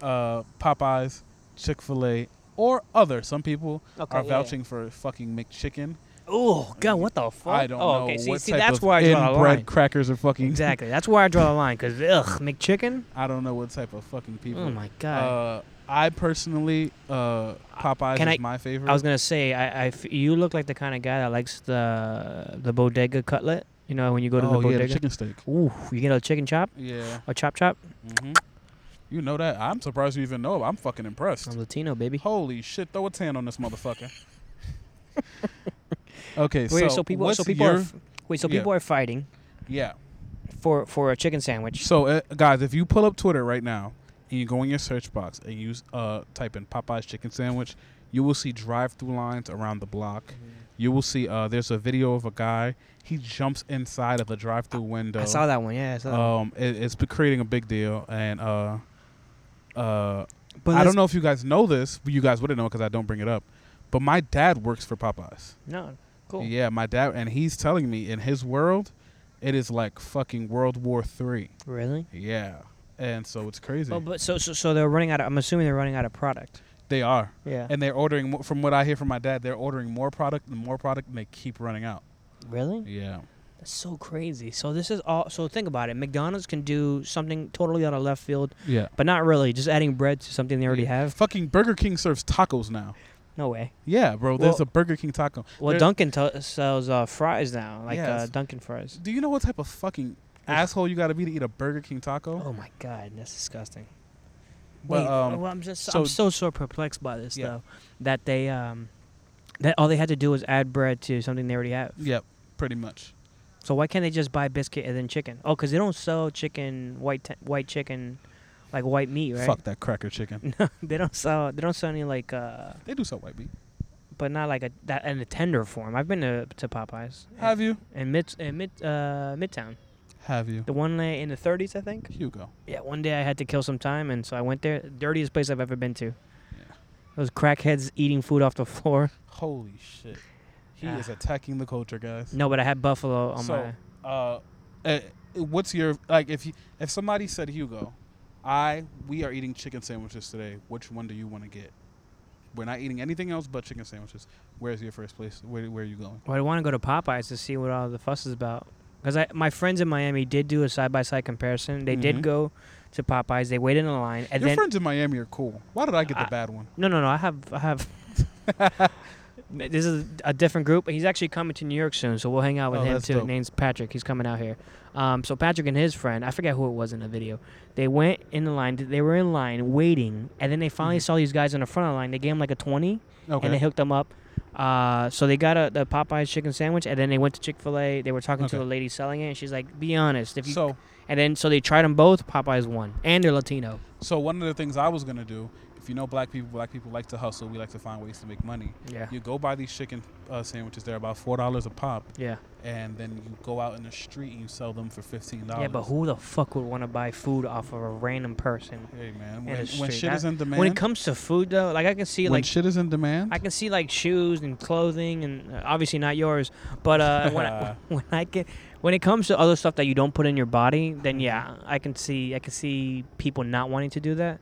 Speaker 4: uh, Popeyes, Chick Fil A, or other. Some people
Speaker 3: Okay,
Speaker 4: are
Speaker 3: yeah, yeah.
Speaker 4: vouching for fucking McChicken.
Speaker 3: Oh God, what the fuck?
Speaker 4: I don't
Speaker 3: oh,
Speaker 4: know
Speaker 3: Okay, see,
Speaker 4: what
Speaker 3: see
Speaker 4: type
Speaker 3: that's
Speaker 4: of
Speaker 3: where I draw the line.
Speaker 4: inbred crackers are fucking.
Speaker 3: exactly, that's where I draw the line. Cause ugh, McChicken.
Speaker 4: I don't know what type of fucking people.
Speaker 3: Oh my God.
Speaker 4: uh, I personally, uh, Popeyes
Speaker 3: Can
Speaker 4: is
Speaker 3: I-
Speaker 4: my favorite.
Speaker 3: I was gonna say, I, I f- you look like the kind of guy that likes the the bodega cutlet. You know, when you go to
Speaker 4: oh
Speaker 3: the
Speaker 4: yeah,
Speaker 3: bodega,
Speaker 4: the chicken steak.
Speaker 3: ooh, you get a chicken chop,
Speaker 4: Yeah.
Speaker 3: a chop chop.
Speaker 4: hmm You know that. I'm surprised you even know. I'm fucking impressed.
Speaker 3: I'm Latino, baby.
Speaker 4: Holy shit! Throw a tan on this motherfucker. okay, so
Speaker 3: Wait, so, people,
Speaker 4: what's
Speaker 3: so people, are,
Speaker 4: your-
Speaker 3: f- wait, so
Speaker 4: yeah.
Speaker 3: people are fighting
Speaker 4: yeah.
Speaker 3: for for a chicken sandwich.
Speaker 4: So uh, guys, if you pull up Twitter right now and you go in your search box and you uh, type in Popeye's chicken sandwich, you will see drive-through lines around the block. You will see uh, there's a video of a guy. He jumps inside of the drive-through window.
Speaker 3: I saw that one. Yeah, I saw that. one.
Speaker 4: Um, it, it's been creating a big deal, and uh, uh,
Speaker 3: But
Speaker 4: I
Speaker 3: let's-
Speaker 4: don't know if you guys know this, but you guys wouldn't know because I don't bring it up. But my dad works for Popeyes.
Speaker 3: No, cool.
Speaker 4: Yeah, my dad, and he's telling me in his world, it is like fucking World War Three.
Speaker 3: Really?
Speaker 4: Yeah, and so it's crazy.
Speaker 3: Well, but so, so so they're running out. Of, I'm assuming they're running out of product.
Speaker 4: they are,
Speaker 3: Yeah.
Speaker 4: and they're ordering. mo- From what I hear from my dad, they're ordering more product and more product, and they keep running out.
Speaker 3: really?
Speaker 4: Yeah,
Speaker 3: That's so crazy. So this is all. So think about it. McDonald's can do something totally out of left field,
Speaker 4: yeah.
Speaker 3: but not really. Just adding bread to something they already have.
Speaker 4: Fucking Burger King serves tacos now.
Speaker 3: No way.
Speaker 4: Yeah, bro. There's
Speaker 3: Well-
Speaker 4: a Burger King taco.
Speaker 3: Well,
Speaker 4: There-
Speaker 3: Dunkin' t- sells uh, fries now, like
Speaker 4: Yes.
Speaker 3: uh, Dunkin' fries.
Speaker 4: Do you know what type of fucking asshole you got to be to eat a Burger King taco?
Speaker 3: Oh my God, that's disgusting.
Speaker 4: But,
Speaker 3: Wait,
Speaker 4: um,
Speaker 3: well, I'm just
Speaker 4: so-
Speaker 3: I'm so so perplexed by this
Speaker 4: Yeah.
Speaker 3: though, that they um, that all they had to do was add bread to something they already have.
Speaker 4: Yep, pretty much.
Speaker 3: So why can't they just buy biscuit and then chicken? Oh, because they don't sell chicken white t- white chicken, like white meat, right? Mm.
Speaker 4: Fuck that cracker chicken.
Speaker 3: they don't sell they don't sell any like uh,
Speaker 4: they do sell white meat.
Speaker 3: but not like a that in a tender form. I've been to, to Popeyes.
Speaker 4: Have you?
Speaker 3: in mid in mid uh, Midtown,
Speaker 4: Have you?
Speaker 3: the one in the 30s, I think.
Speaker 4: Hugo.
Speaker 3: Yeah, one day I had to kill some time, and so I went there. Dirtiest place I've ever been to. Those crackheads eating food off the floor.
Speaker 4: Holy shit. He
Speaker 3: Ah.
Speaker 4: is attacking the culture, guys.
Speaker 3: No, oh but I had buffalo on
Speaker 4: So- Uh, uh, what's your like? If you, if somebody said Hugo, I we are eating chicken sandwiches today. Which one do you want to get? We're not eating anything else but chicken sandwiches. Where's your first place? Where, where are you going?
Speaker 3: my. Well, I want to go to Popeyes to see what all the fuss is about. Because I, my friends in Miami did do a side by side comparison. They
Speaker 4: Mhm.
Speaker 3: did go to Popeyes. They waited in the line, and
Speaker 4: your
Speaker 3: then
Speaker 4: friends in Miami are cool. Why did I get the
Speaker 3: I-
Speaker 4: bad one?
Speaker 3: no, no, no. I have, I have. this is a different group. He's actually coming to New York soon, so we'll hang out with
Speaker 4: Oh,
Speaker 3: him
Speaker 4: that's
Speaker 3: too.
Speaker 4: dope.
Speaker 3: Name's Patrick. He's coming out here. Um, so Patrick and his friend, I forget who it was in the video. They went in the line. They were in line waiting, and then they finally
Speaker 4: Mhm.
Speaker 3: saw these guys in the front of the line. They gave them like a twenty, and they
Speaker 4: Okay.
Speaker 3: hooked them up. Uh, so they got a the Popeyes chicken sandwich, and then they went to Chick Fil A. They were talking to
Speaker 4: Okay.
Speaker 3: the lady selling it, and she's like, "Be honest, if you."
Speaker 4: So
Speaker 3: and then so they tried them both. Popeyes won, and they're Latino.
Speaker 4: So one of the things I was gonna do, if you know black people, black people like to hustle. We like to find ways to make money.
Speaker 3: Yeah,
Speaker 4: You go buy these chicken uh, sandwiches. They're about four dollars a pop,
Speaker 3: yeah,
Speaker 4: and then you go out in the street and you sell them for fifteen dollars.
Speaker 3: yeah. But who the fuck would want to buy food off of a random person?
Speaker 4: Hey man,
Speaker 3: Yeah,
Speaker 4: when,
Speaker 3: it's
Speaker 4: when
Speaker 3: straight.
Speaker 4: shit
Speaker 3: That-
Speaker 4: is in demand,
Speaker 3: When it comes to food, though, like I can see
Speaker 4: when
Speaker 3: like
Speaker 4: shit is in demand,
Speaker 3: I can see like shoes and clothing, and uh, obviously not yours. But uh, when I, when I get when it comes to other stuff that you don't put in your body,
Speaker 4: Mm-hmm.
Speaker 3: then yeah, I can see I can see people not wanting to do that.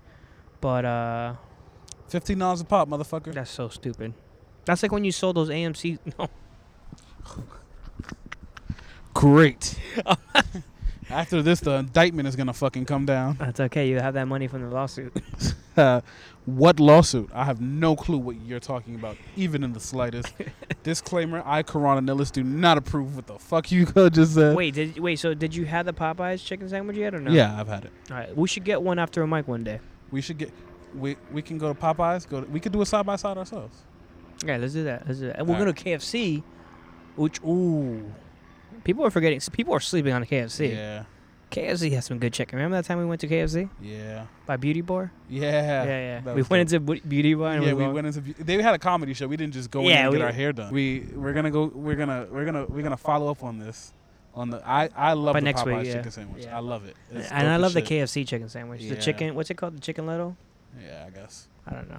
Speaker 3: But uh,
Speaker 4: fifteen dollars a pop, motherfucker.
Speaker 3: that's so stupid. That's like when you sold those AMC. No,
Speaker 4: Great. After this, the indictment is gonna fucking come down.
Speaker 3: that's okay. You have that money from the lawsuit.
Speaker 4: what lawsuit? I have no clue what you're talking about, even in the slightest. Disclaimer: I, Corona Nillis, do not approve what the fuck you just said.
Speaker 3: wait, did wait? So did you have the Popeyes chicken sandwich yet or no?
Speaker 4: Yeah, I've had it.
Speaker 3: All right, we should get one after a mic one day.
Speaker 4: We should get. We we can go to Popeyes. Go. To, we could do a side by side ourselves.
Speaker 3: Yeah, let's do that. Let's do that. And we're
Speaker 4: All
Speaker 3: going to KFC, which ooh, people are forgetting. s- People are sleeping on KFC.
Speaker 4: Yeah.
Speaker 3: KFC has some good chicken. Remember that time we went to KFC
Speaker 4: Yeah.
Speaker 3: by Beauty Bar?
Speaker 4: Yeah.
Speaker 3: Yeah, yeah.
Speaker 4: that
Speaker 3: We
Speaker 4: was
Speaker 3: went
Speaker 4: dope.
Speaker 3: into Bu- Beauty Bar. And
Speaker 4: yeah,
Speaker 3: we,
Speaker 4: we
Speaker 3: walked-
Speaker 4: went into. They had a comedy show. We didn't just go in
Speaker 3: Yeah,
Speaker 4: and get
Speaker 3: we-
Speaker 4: our hair done. We we're gonna go. We're gonna we're gonna we're gonna follow up on this. On the I I love
Speaker 3: By
Speaker 4: the
Speaker 3: next week,
Speaker 4: Popeyes
Speaker 3: yeah.
Speaker 4: chicken sandwich.
Speaker 3: Yeah.
Speaker 4: I love it. It's
Speaker 3: and
Speaker 4: dope
Speaker 3: I
Speaker 4: as
Speaker 3: love the
Speaker 4: shit.
Speaker 3: KFC chicken sandwich.
Speaker 4: Yeah.
Speaker 3: The chicken, what's it called? The chicken little?
Speaker 4: Yeah, I guess.
Speaker 3: I don't know.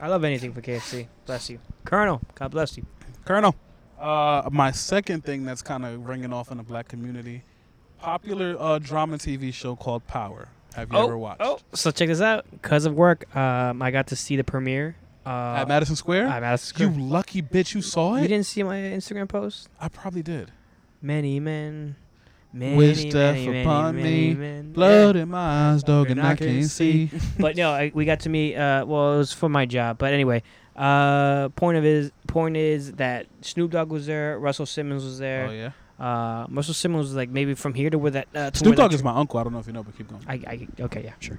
Speaker 3: I love anything for KFC. Bless you, Colonel. God bless you.
Speaker 4: Colonel. Uh, my second thing that's kind of ringing off in the black community, popular uh, drama TV show called Power. Have you
Speaker 3: oh,
Speaker 4: ever watched?
Speaker 3: oh, so check this out. Cause of work, um, I got to see the premiere. Uh,
Speaker 4: At Madison Square.
Speaker 3: at Madison Square.
Speaker 4: you lucky bitch, you saw
Speaker 3: You
Speaker 4: it.
Speaker 3: didn't see my Instagram post?
Speaker 4: I probably did.
Speaker 3: Many men Many,
Speaker 4: stuff
Speaker 3: many, many,
Speaker 4: upon
Speaker 3: many,
Speaker 4: me.
Speaker 3: many-
Speaker 4: Blood in my eyes, dog,
Speaker 3: Dog,
Speaker 4: and I can't see.
Speaker 3: but no, I, we got to meet. Uh, well, it was for my job, but anyway. Uh, point of his point is that Snoop Dogg was there, Russell Simmons was
Speaker 4: Oh
Speaker 3: there.
Speaker 4: yeah.
Speaker 3: Uh, Russell Simmons was like maybe from here to where that uh, to
Speaker 4: Snoop
Speaker 3: where that
Speaker 4: Dogg
Speaker 3: tr-
Speaker 4: is my uncle. I don't know if you know, but keep going.
Speaker 3: I, I okay, yeah, sure.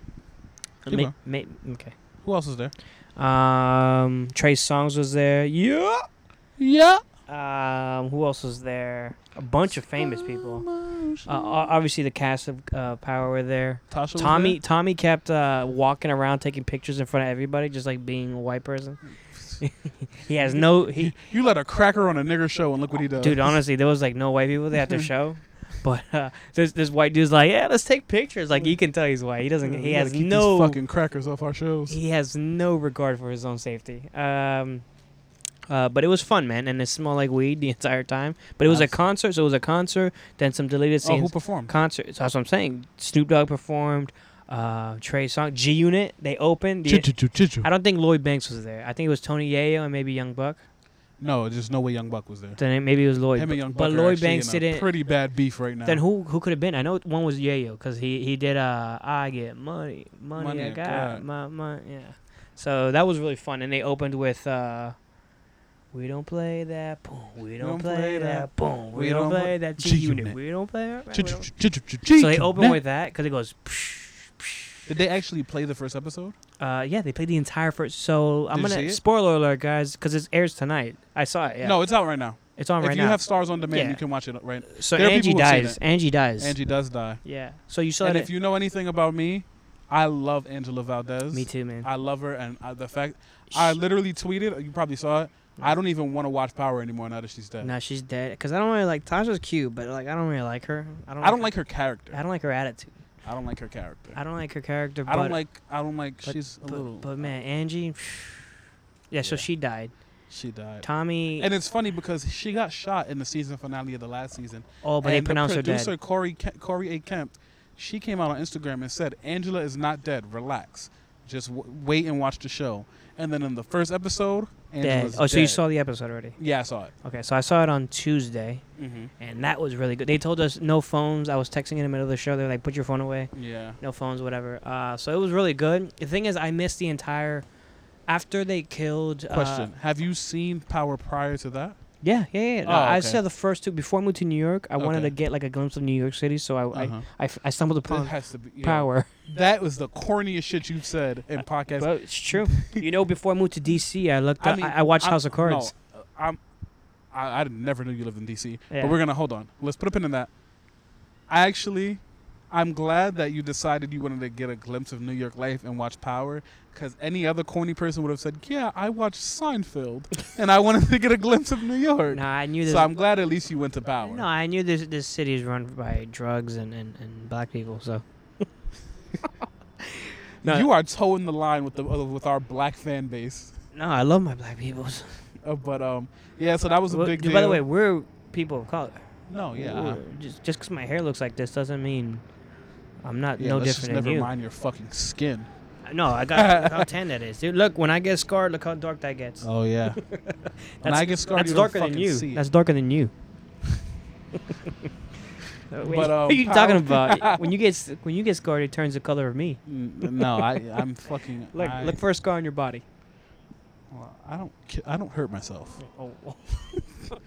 Speaker 4: Keep
Speaker 3: Ma- ma- okay.
Speaker 4: Who else is there?
Speaker 3: Um, Trey Songs was there. Yeah.
Speaker 4: Yeah.
Speaker 3: Um, who else was there? A bunch of famous people. Uh, o- obviously, the cast of uh, Power were there.
Speaker 4: Tasha. was
Speaker 3: Tommy Tommy kept uh, walking around taking pictures in front of everybody, just like being a white person. he has no he,
Speaker 4: there? You let a cracker on a nigger show and look what he does.
Speaker 3: dude. uh, Honestly, there was like no white people there at the show. But uh, this this white dude's like, yeah, let's take pictures. Like you can tell he's white. He doesn't.
Speaker 4: Yeah, we
Speaker 3: He
Speaker 4: gotta
Speaker 3: has
Speaker 4: keep these
Speaker 3: no
Speaker 4: fucking crackers off our shows. Oh,
Speaker 3: He has no regard for his own safety. Um, uh, but it was fun, man, and it smelled like weed the entire time. But it was a
Speaker 4: Absolutely.
Speaker 3: concert, so it was a concert. Then some deleted
Speaker 4: Oh, who
Speaker 3: scenes.
Speaker 4: performed?
Speaker 3: concert. So that's what I'm saying. Snoop Dogg performed. Uh, Trey Song, G Unit. They opened. The,
Speaker 4: Ch-ch-ch-ch-ch.
Speaker 3: I don't think Lloyd Banks was there. I think it was Tony Yayo and maybe Young Buck.
Speaker 4: No, there's no way Young Buck was there.
Speaker 3: Then it- maybe it was Lloyd.
Speaker 4: Him and Young
Speaker 3: but
Speaker 4: Buck are
Speaker 3: Lloyd
Speaker 4: actually
Speaker 3: Banks
Speaker 4: in a
Speaker 3: didn't.
Speaker 4: Pretty bad beef right now.
Speaker 3: Then who who could have been? I know one was Yayo because he he did uh I get money money,
Speaker 4: Money
Speaker 3: I
Speaker 4: I
Speaker 3: got,
Speaker 4: got.
Speaker 3: my my yeah. So that was really fun, and they opened with uh, we don't play that boom, we don't, play, that boom, we, don't, play that G unit, we don't play that. we don't-
Speaker 4: Ch-ch-ch-ch-ch-ch.
Speaker 3: So they opened
Speaker 4: Now-
Speaker 3: with that because it goes. psh, psh.
Speaker 4: Did they actually play the first episode?
Speaker 3: Uh, yeah, they played the entire first. So I'm
Speaker 4: Did you see
Speaker 3: gonna
Speaker 4: it?
Speaker 3: spoiler alert, guys, because it airs tonight. I saw it. Yeah,
Speaker 4: No, it's out right now.
Speaker 3: it's on
Speaker 4: if
Speaker 3: right
Speaker 4: you
Speaker 3: now.
Speaker 4: have Stars on Demand,
Speaker 3: Yeah.
Speaker 4: you can watch it right.
Speaker 3: so
Speaker 4: there are
Speaker 3: Angie
Speaker 4: people who've seen
Speaker 3: dies. Angie dies.
Speaker 4: Angie does die.
Speaker 3: Yeah. So you saw
Speaker 4: and
Speaker 3: it.
Speaker 4: if you know anything about me, I love Angela Valdez.
Speaker 3: Me too, man.
Speaker 4: I love her, and I, the fact I literally tweeted. You probably saw it. I don't even want to watch Power anymore now that she's dead.
Speaker 3: No, she's dead. Cause I don't really like Tasha's cute, but like I don't really like her. I don't.
Speaker 4: I don't like her character.
Speaker 3: I don't like her attitude.
Speaker 4: I don't like her character.
Speaker 3: I don't like her character.
Speaker 4: I
Speaker 3: but-
Speaker 4: don't like. I don't like.
Speaker 3: but-
Speaker 4: She's a
Speaker 3: But,
Speaker 4: little.
Speaker 3: but man, Angie. Yeah, so
Speaker 4: Yeah.
Speaker 3: she died.
Speaker 4: she died.
Speaker 3: Tommy.
Speaker 4: and it's funny because she got shot in the season finale of the last season.
Speaker 3: oh, but they
Speaker 4: and
Speaker 3: pronounced
Speaker 4: the
Speaker 3: her
Speaker 4: producer
Speaker 3: dead.
Speaker 4: Corey Ke- Corey A. Kemp, she came out on Instagram and said Angela is not dead. Relax, just w- wait and watch the show. And then in the first episode,
Speaker 3: Dead.
Speaker 4: Angela's
Speaker 3: Oh, so you
Speaker 4: dead.
Speaker 3: saw the episode already?
Speaker 4: Yeah, I saw it.
Speaker 3: Okay, so I saw it on Tuesday,
Speaker 4: Mm-hmm.
Speaker 3: and that was really good. They told us no phones. I was texting in the middle of the show. They were like, "Put your phone away."
Speaker 4: Yeah.
Speaker 3: no phones, whatever. Uh, so it was really good. The thing is, I missed the entire after they killed. Uh,
Speaker 4: Question: Have you seen Power prior to that?
Speaker 3: Yeah, yeah, yeah. No,
Speaker 4: Oh,
Speaker 3: I
Speaker 4: okay.
Speaker 3: saw the first two before I moved to New York. I wanted to
Speaker 4: Okay.
Speaker 3: get like a glimpse of New York City, so I I
Speaker 4: Uh-huh.
Speaker 3: I f I I, stumbled
Speaker 4: That
Speaker 3: upon
Speaker 4: has to be yeah.
Speaker 3: Power.
Speaker 4: That was the corniest shit you've said in podcast.
Speaker 3: But it's true. you know, before I moved to DC, I looked.
Speaker 4: I
Speaker 3: I,
Speaker 4: mean,
Speaker 3: I, I watched
Speaker 4: I'm-
Speaker 3: House of Cards.
Speaker 4: No, uh, I'm. I, I never knew you lived in DC.
Speaker 3: Yeah.
Speaker 4: But we're gonna hold on. Let's put a pin in that. I actually, I'm glad that you decided you wanted to get a glimpse of New York life and watch Power, because any other corny person would have said, "Yeah, I watched Seinfeld, and I wanted to get a glimpse of New York."
Speaker 3: Nah, I knew this.
Speaker 4: so I'm glad at least you went to Power.
Speaker 3: no, I knew this. This city is run by drugs and, and, and black people. So no.
Speaker 4: You are toeing the line with the with our black fan base.
Speaker 3: no, I love my black people.
Speaker 4: Uh, but um, yeah. So that was a
Speaker 3: Well,
Speaker 4: big
Speaker 3: by
Speaker 4: deal.
Speaker 3: the way, we're people of color.
Speaker 4: no, yeah.
Speaker 3: Ooh,
Speaker 4: uh,
Speaker 3: just just because my hair looks like this doesn't mean I'm not
Speaker 4: yeah,
Speaker 3: no
Speaker 4: let's
Speaker 3: different than
Speaker 4: just never
Speaker 3: you.
Speaker 4: mind your fucking skin.
Speaker 3: No, I got look how tan that is, dude. Look, when I get scarred, look how dark that gets.
Speaker 4: Oh yeah. when
Speaker 3: That's-
Speaker 4: I get scarred,
Speaker 3: That's
Speaker 4: you don't
Speaker 3: darker than
Speaker 4: fucking
Speaker 3: you.
Speaker 4: see it.
Speaker 3: That's darker than you. Wait,
Speaker 4: But, um,
Speaker 3: what are you talking
Speaker 4: Kyle-
Speaker 3: about? when you get s- when you get scarred, it turns the color of me.
Speaker 4: N- Mm, no, I I'm fucking.
Speaker 3: Look,
Speaker 4: I,
Speaker 3: look for a scar on your body.
Speaker 4: Well, I don't. ki- I don't hurt myself.
Speaker 3: Oh.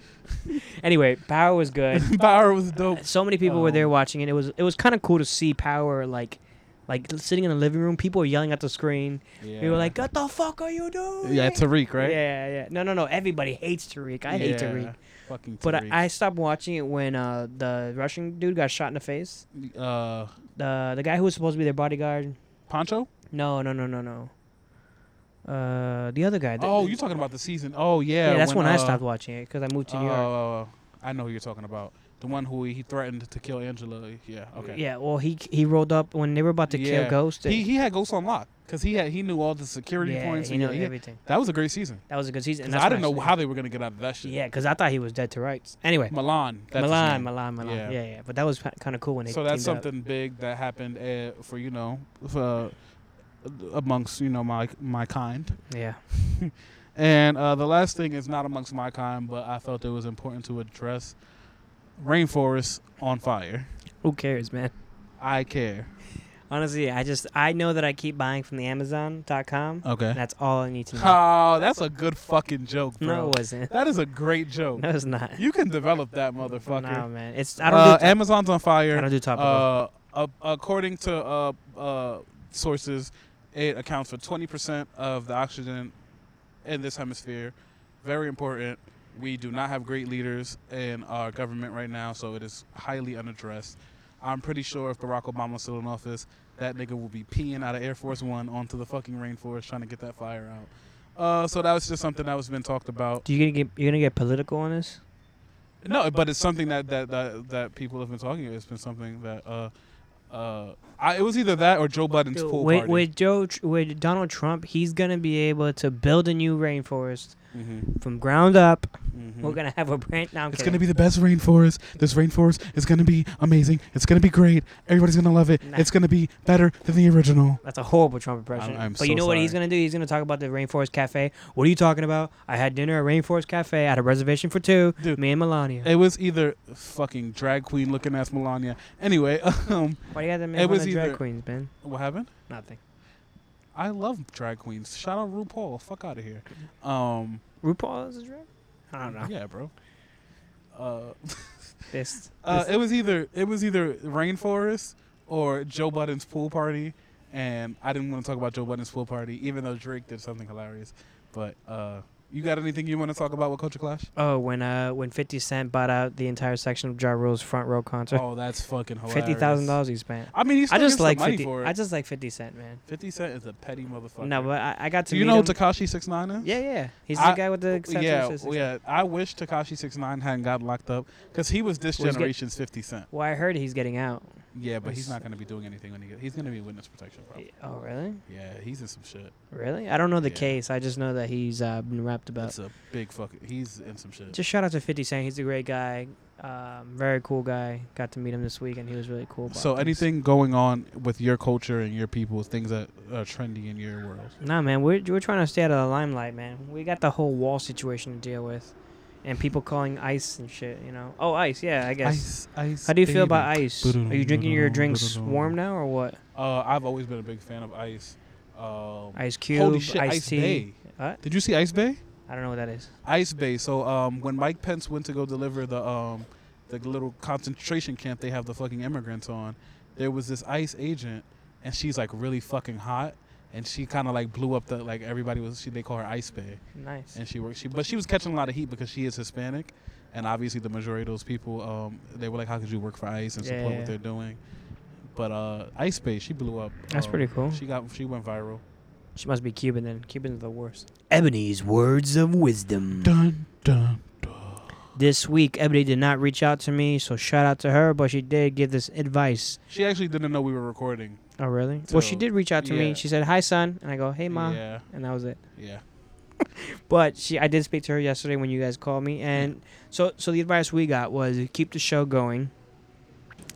Speaker 3: anyway, power was good.
Speaker 4: Power was dope.
Speaker 3: so many people were there
Speaker 4: Um,
Speaker 3: watching it. It was it was kind of cool to see power like like sitting in the living room. People were yelling at the screen.
Speaker 4: Yeah.
Speaker 3: We were like, "What the fuck are you doing?"
Speaker 4: yeah, Tariq, right?
Speaker 3: Yeah, yeah. No, no, no. Everybody hates Tariq. I hate
Speaker 4: Yeah,
Speaker 3: Tariq.
Speaker 4: Fucking
Speaker 3: But
Speaker 4: Tariq.
Speaker 3: I, I stopped watching it when uh, the Russian dude got shot in the face.
Speaker 4: uh,
Speaker 3: The the guy who was supposed to be their bodyguard.
Speaker 4: Poncho.
Speaker 3: No, no, no, no, no. Uh, the other guy. the-
Speaker 4: Oh, you're talking about the season. Oh yeah.
Speaker 3: Yeah, that's when, I
Speaker 4: uh,
Speaker 3: stopped watching it because I moved to New York.
Speaker 4: Oh, I know who you're talking about. The one who he threatened to kill Angela. Yeah. Oh, Okay.
Speaker 3: Yeah. Well, he he rolled up when they were about to kill
Speaker 4: Yeah.
Speaker 3: Ghost.
Speaker 4: He he had Ghost on lock because he had he knew all the security
Speaker 3: yeah,
Speaker 4: points.
Speaker 3: he
Speaker 4: and
Speaker 3: knew
Speaker 4: yeah,
Speaker 3: everything.
Speaker 4: That was a great season.
Speaker 3: That was a good season. and
Speaker 4: 'Cause
Speaker 3: that's
Speaker 4: I
Speaker 3: when
Speaker 4: didn't know
Speaker 3: saw
Speaker 4: how they were gonna get out of that shit.
Speaker 3: Yeah, because I thought he was dead to rights. Anyway,
Speaker 4: Milan. That's his
Speaker 3: Milan,
Speaker 4: name.
Speaker 3: Milan, Milan. Yeah.
Speaker 4: Yeah.
Speaker 3: yeah, But that was kind of cool when they.
Speaker 4: so that's
Speaker 3: teamed up.
Speaker 4: something big that happened uh, for you know for, amongst you know my my kind
Speaker 3: Yeah.
Speaker 4: and uh, the last thing is not amongst my kind but i felt it was important to address rainforest on fire.
Speaker 3: Who cares, man?
Speaker 4: I care.
Speaker 3: Honestly, I just I know that I keep buying from the Amazon.com.
Speaker 4: Okay.
Speaker 3: That's all I need to know.
Speaker 4: Oh, that's a good fucking joke, bro.
Speaker 3: No, it wasn't.
Speaker 4: That is a great joke.
Speaker 3: No, it's not.
Speaker 4: You can develop that motherfucker.
Speaker 3: No, man. It's I don't.
Speaker 4: uh,
Speaker 3: do top-
Speaker 4: Amazon's on fire.
Speaker 3: I don't do top.
Speaker 4: uh, a- according to uh, uh, sources, it accounts for 20% of the oxygen in this hemisphere. Very important. We do not have great leaders in our government right now, so it is highly unaddressed. I'm pretty sure if Barack Obama's still in office, that nigga will be peeing out of Air Force One onto the fucking rainforest trying to get that fire out. Uh, so that was just something that was been talked about.
Speaker 3: do you gonna get you're gonna get political on this?
Speaker 4: No, but it's something that that that, that people have been talking. About. It's been something that uh, uh, I, it was either that or Joe Biden's pool
Speaker 3: with,
Speaker 4: party.
Speaker 3: with Joe, Tr- with Donald Trump, he's gonna be able to build a new rainforest
Speaker 4: Mhm,
Speaker 3: from ground up.
Speaker 4: mhm.
Speaker 3: We're gonna have a branch. Now
Speaker 4: It's gonna be the best rainforest. This rainforest is gonna be amazing. It's gonna be great. Everybody's gonna love it.
Speaker 3: Nah.
Speaker 4: It's gonna be better than the original.
Speaker 3: That's a horrible Trump impression.
Speaker 4: I'm- I'm
Speaker 3: but
Speaker 4: so
Speaker 3: you know what he's
Speaker 4: sorry.
Speaker 3: gonna do? He's gonna talk about the Rainforest Cafe. What are you talking about? I had dinner at Rainforest Cafe. I had a reservation for two.
Speaker 4: Dude.
Speaker 3: Me and Melania.
Speaker 4: It was either fucking drag queen looking ass Melania. Anyway, um,
Speaker 3: Why do you have to
Speaker 4: it
Speaker 3: make fun
Speaker 4: was
Speaker 3: of
Speaker 4: either-
Speaker 3: drag queens, man?
Speaker 4: what happened?
Speaker 3: Nothing.
Speaker 4: I love drag queens. Shout out RuPaul. Fuck out of here. Um,
Speaker 3: RuPaul is a drag. I don't know.
Speaker 4: yeah, bro. Uh,
Speaker 3: This,
Speaker 4: Uh,
Speaker 3: this-
Speaker 4: it was either it was either rainforest or Joe Budden's pool party, and I didn't want to talk about Joe Budden's pool party, even though Drake did something hilarious. But uh, you got anything you want to talk about with Culture Clash?
Speaker 3: oh, when uh when Fifty Cent bought out the entire section of Ja Rule's front row concert,
Speaker 4: Oh, that's fucking hilarious.
Speaker 3: fifty thousand dollars he spent.
Speaker 4: I mean, he's
Speaker 3: I just like
Speaker 4: money
Speaker 3: fifty.
Speaker 4: for it.
Speaker 3: I just like Fifty Cent, man.
Speaker 4: Fifty Cent is a petty motherfucker.
Speaker 3: No, but I, I got to
Speaker 4: do you
Speaker 3: meet
Speaker 4: know
Speaker 3: him.
Speaker 4: Takashi Six Nine is?
Speaker 3: yeah, yeah. He's
Speaker 4: I-
Speaker 3: the guy with the
Speaker 4: Yeah,
Speaker 3: exceptional
Speaker 4: yeah,
Speaker 3: assistants.
Speaker 4: I wish Takashi Six Nine hadn't got locked up because he was this
Speaker 3: Well, he's get-
Speaker 4: generation's Fifty Cent.
Speaker 3: Well, I heard he's getting out.
Speaker 4: Yeah, but he's not going to be doing anything when he gets. He's going to be in witness protection, bro.
Speaker 3: Oh, really?
Speaker 4: Yeah, he's in some shit.
Speaker 3: Really? I don't know the
Speaker 4: Yeah.
Speaker 3: case. I just know that he's uh, been wrapped about.
Speaker 4: That's a big fucking. He's in some shit.
Speaker 3: Just shout out to 50 Cent. He's a great guy. Um, very cool guy. Got to meet him this week, and he was really cool. about
Speaker 4: So
Speaker 3: things.
Speaker 4: anything going on with your culture and your people, things that are trendy in your world.
Speaker 3: Nah, man. We're, we're trying to stay out of the limelight, man. We got the whole wall situation to deal with, and people calling ice and shit. You know? Oh, ice. Yeah, I guess.
Speaker 4: Ice, ice.
Speaker 3: How do you feel about ice? Are you drinking your drinks warm now or what?
Speaker 4: Uh, I've always been a big fan of ice. Um,
Speaker 3: Ice cube,
Speaker 4: holy shit,
Speaker 3: iced
Speaker 4: Ice
Speaker 3: tea.
Speaker 4: Bay.
Speaker 3: What?
Speaker 4: Did you see Ice Bay?
Speaker 3: I don't know what that is.
Speaker 4: Ice Bay. So um, when Mike Pence went to go deliver the um, the little concentration camp they have the fucking immigrants on, there was this ICE agent, and she's like really fucking hot, and she kind of like blew up the like everybody was. She, they call her Ice Bay.
Speaker 3: Nice.
Speaker 4: and she worked. She but she was catching a lot of heat because she is Hispanic, and obviously the majority of those people, um, they were like, "How could you work for ICE and support
Speaker 3: Yeah.
Speaker 4: what they're doing?" But uh, Ice Space, she blew up.
Speaker 3: That's
Speaker 4: Um,
Speaker 3: pretty cool.
Speaker 4: She got she went viral.
Speaker 3: She must be Cuban then. Cubans are the worst.
Speaker 5: Ebony's words of wisdom.
Speaker 4: Dun dun.
Speaker 3: This week, Ebony did not reach out to me, so shout out to her, but she did give this advice.
Speaker 4: She actually didn't know we were recording.
Speaker 3: Oh, really? well, she
Speaker 4: So,
Speaker 3: did reach out to me.
Speaker 4: yeah.
Speaker 3: She said, Hi, son. And I go, Hey, mom.
Speaker 4: Yeah,
Speaker 3: And that was it.
Speaker 4: yeah.
Speaker 3: But she, I did speak to her yesterday when you guys called me. And so, so the advice we got was keep the show going.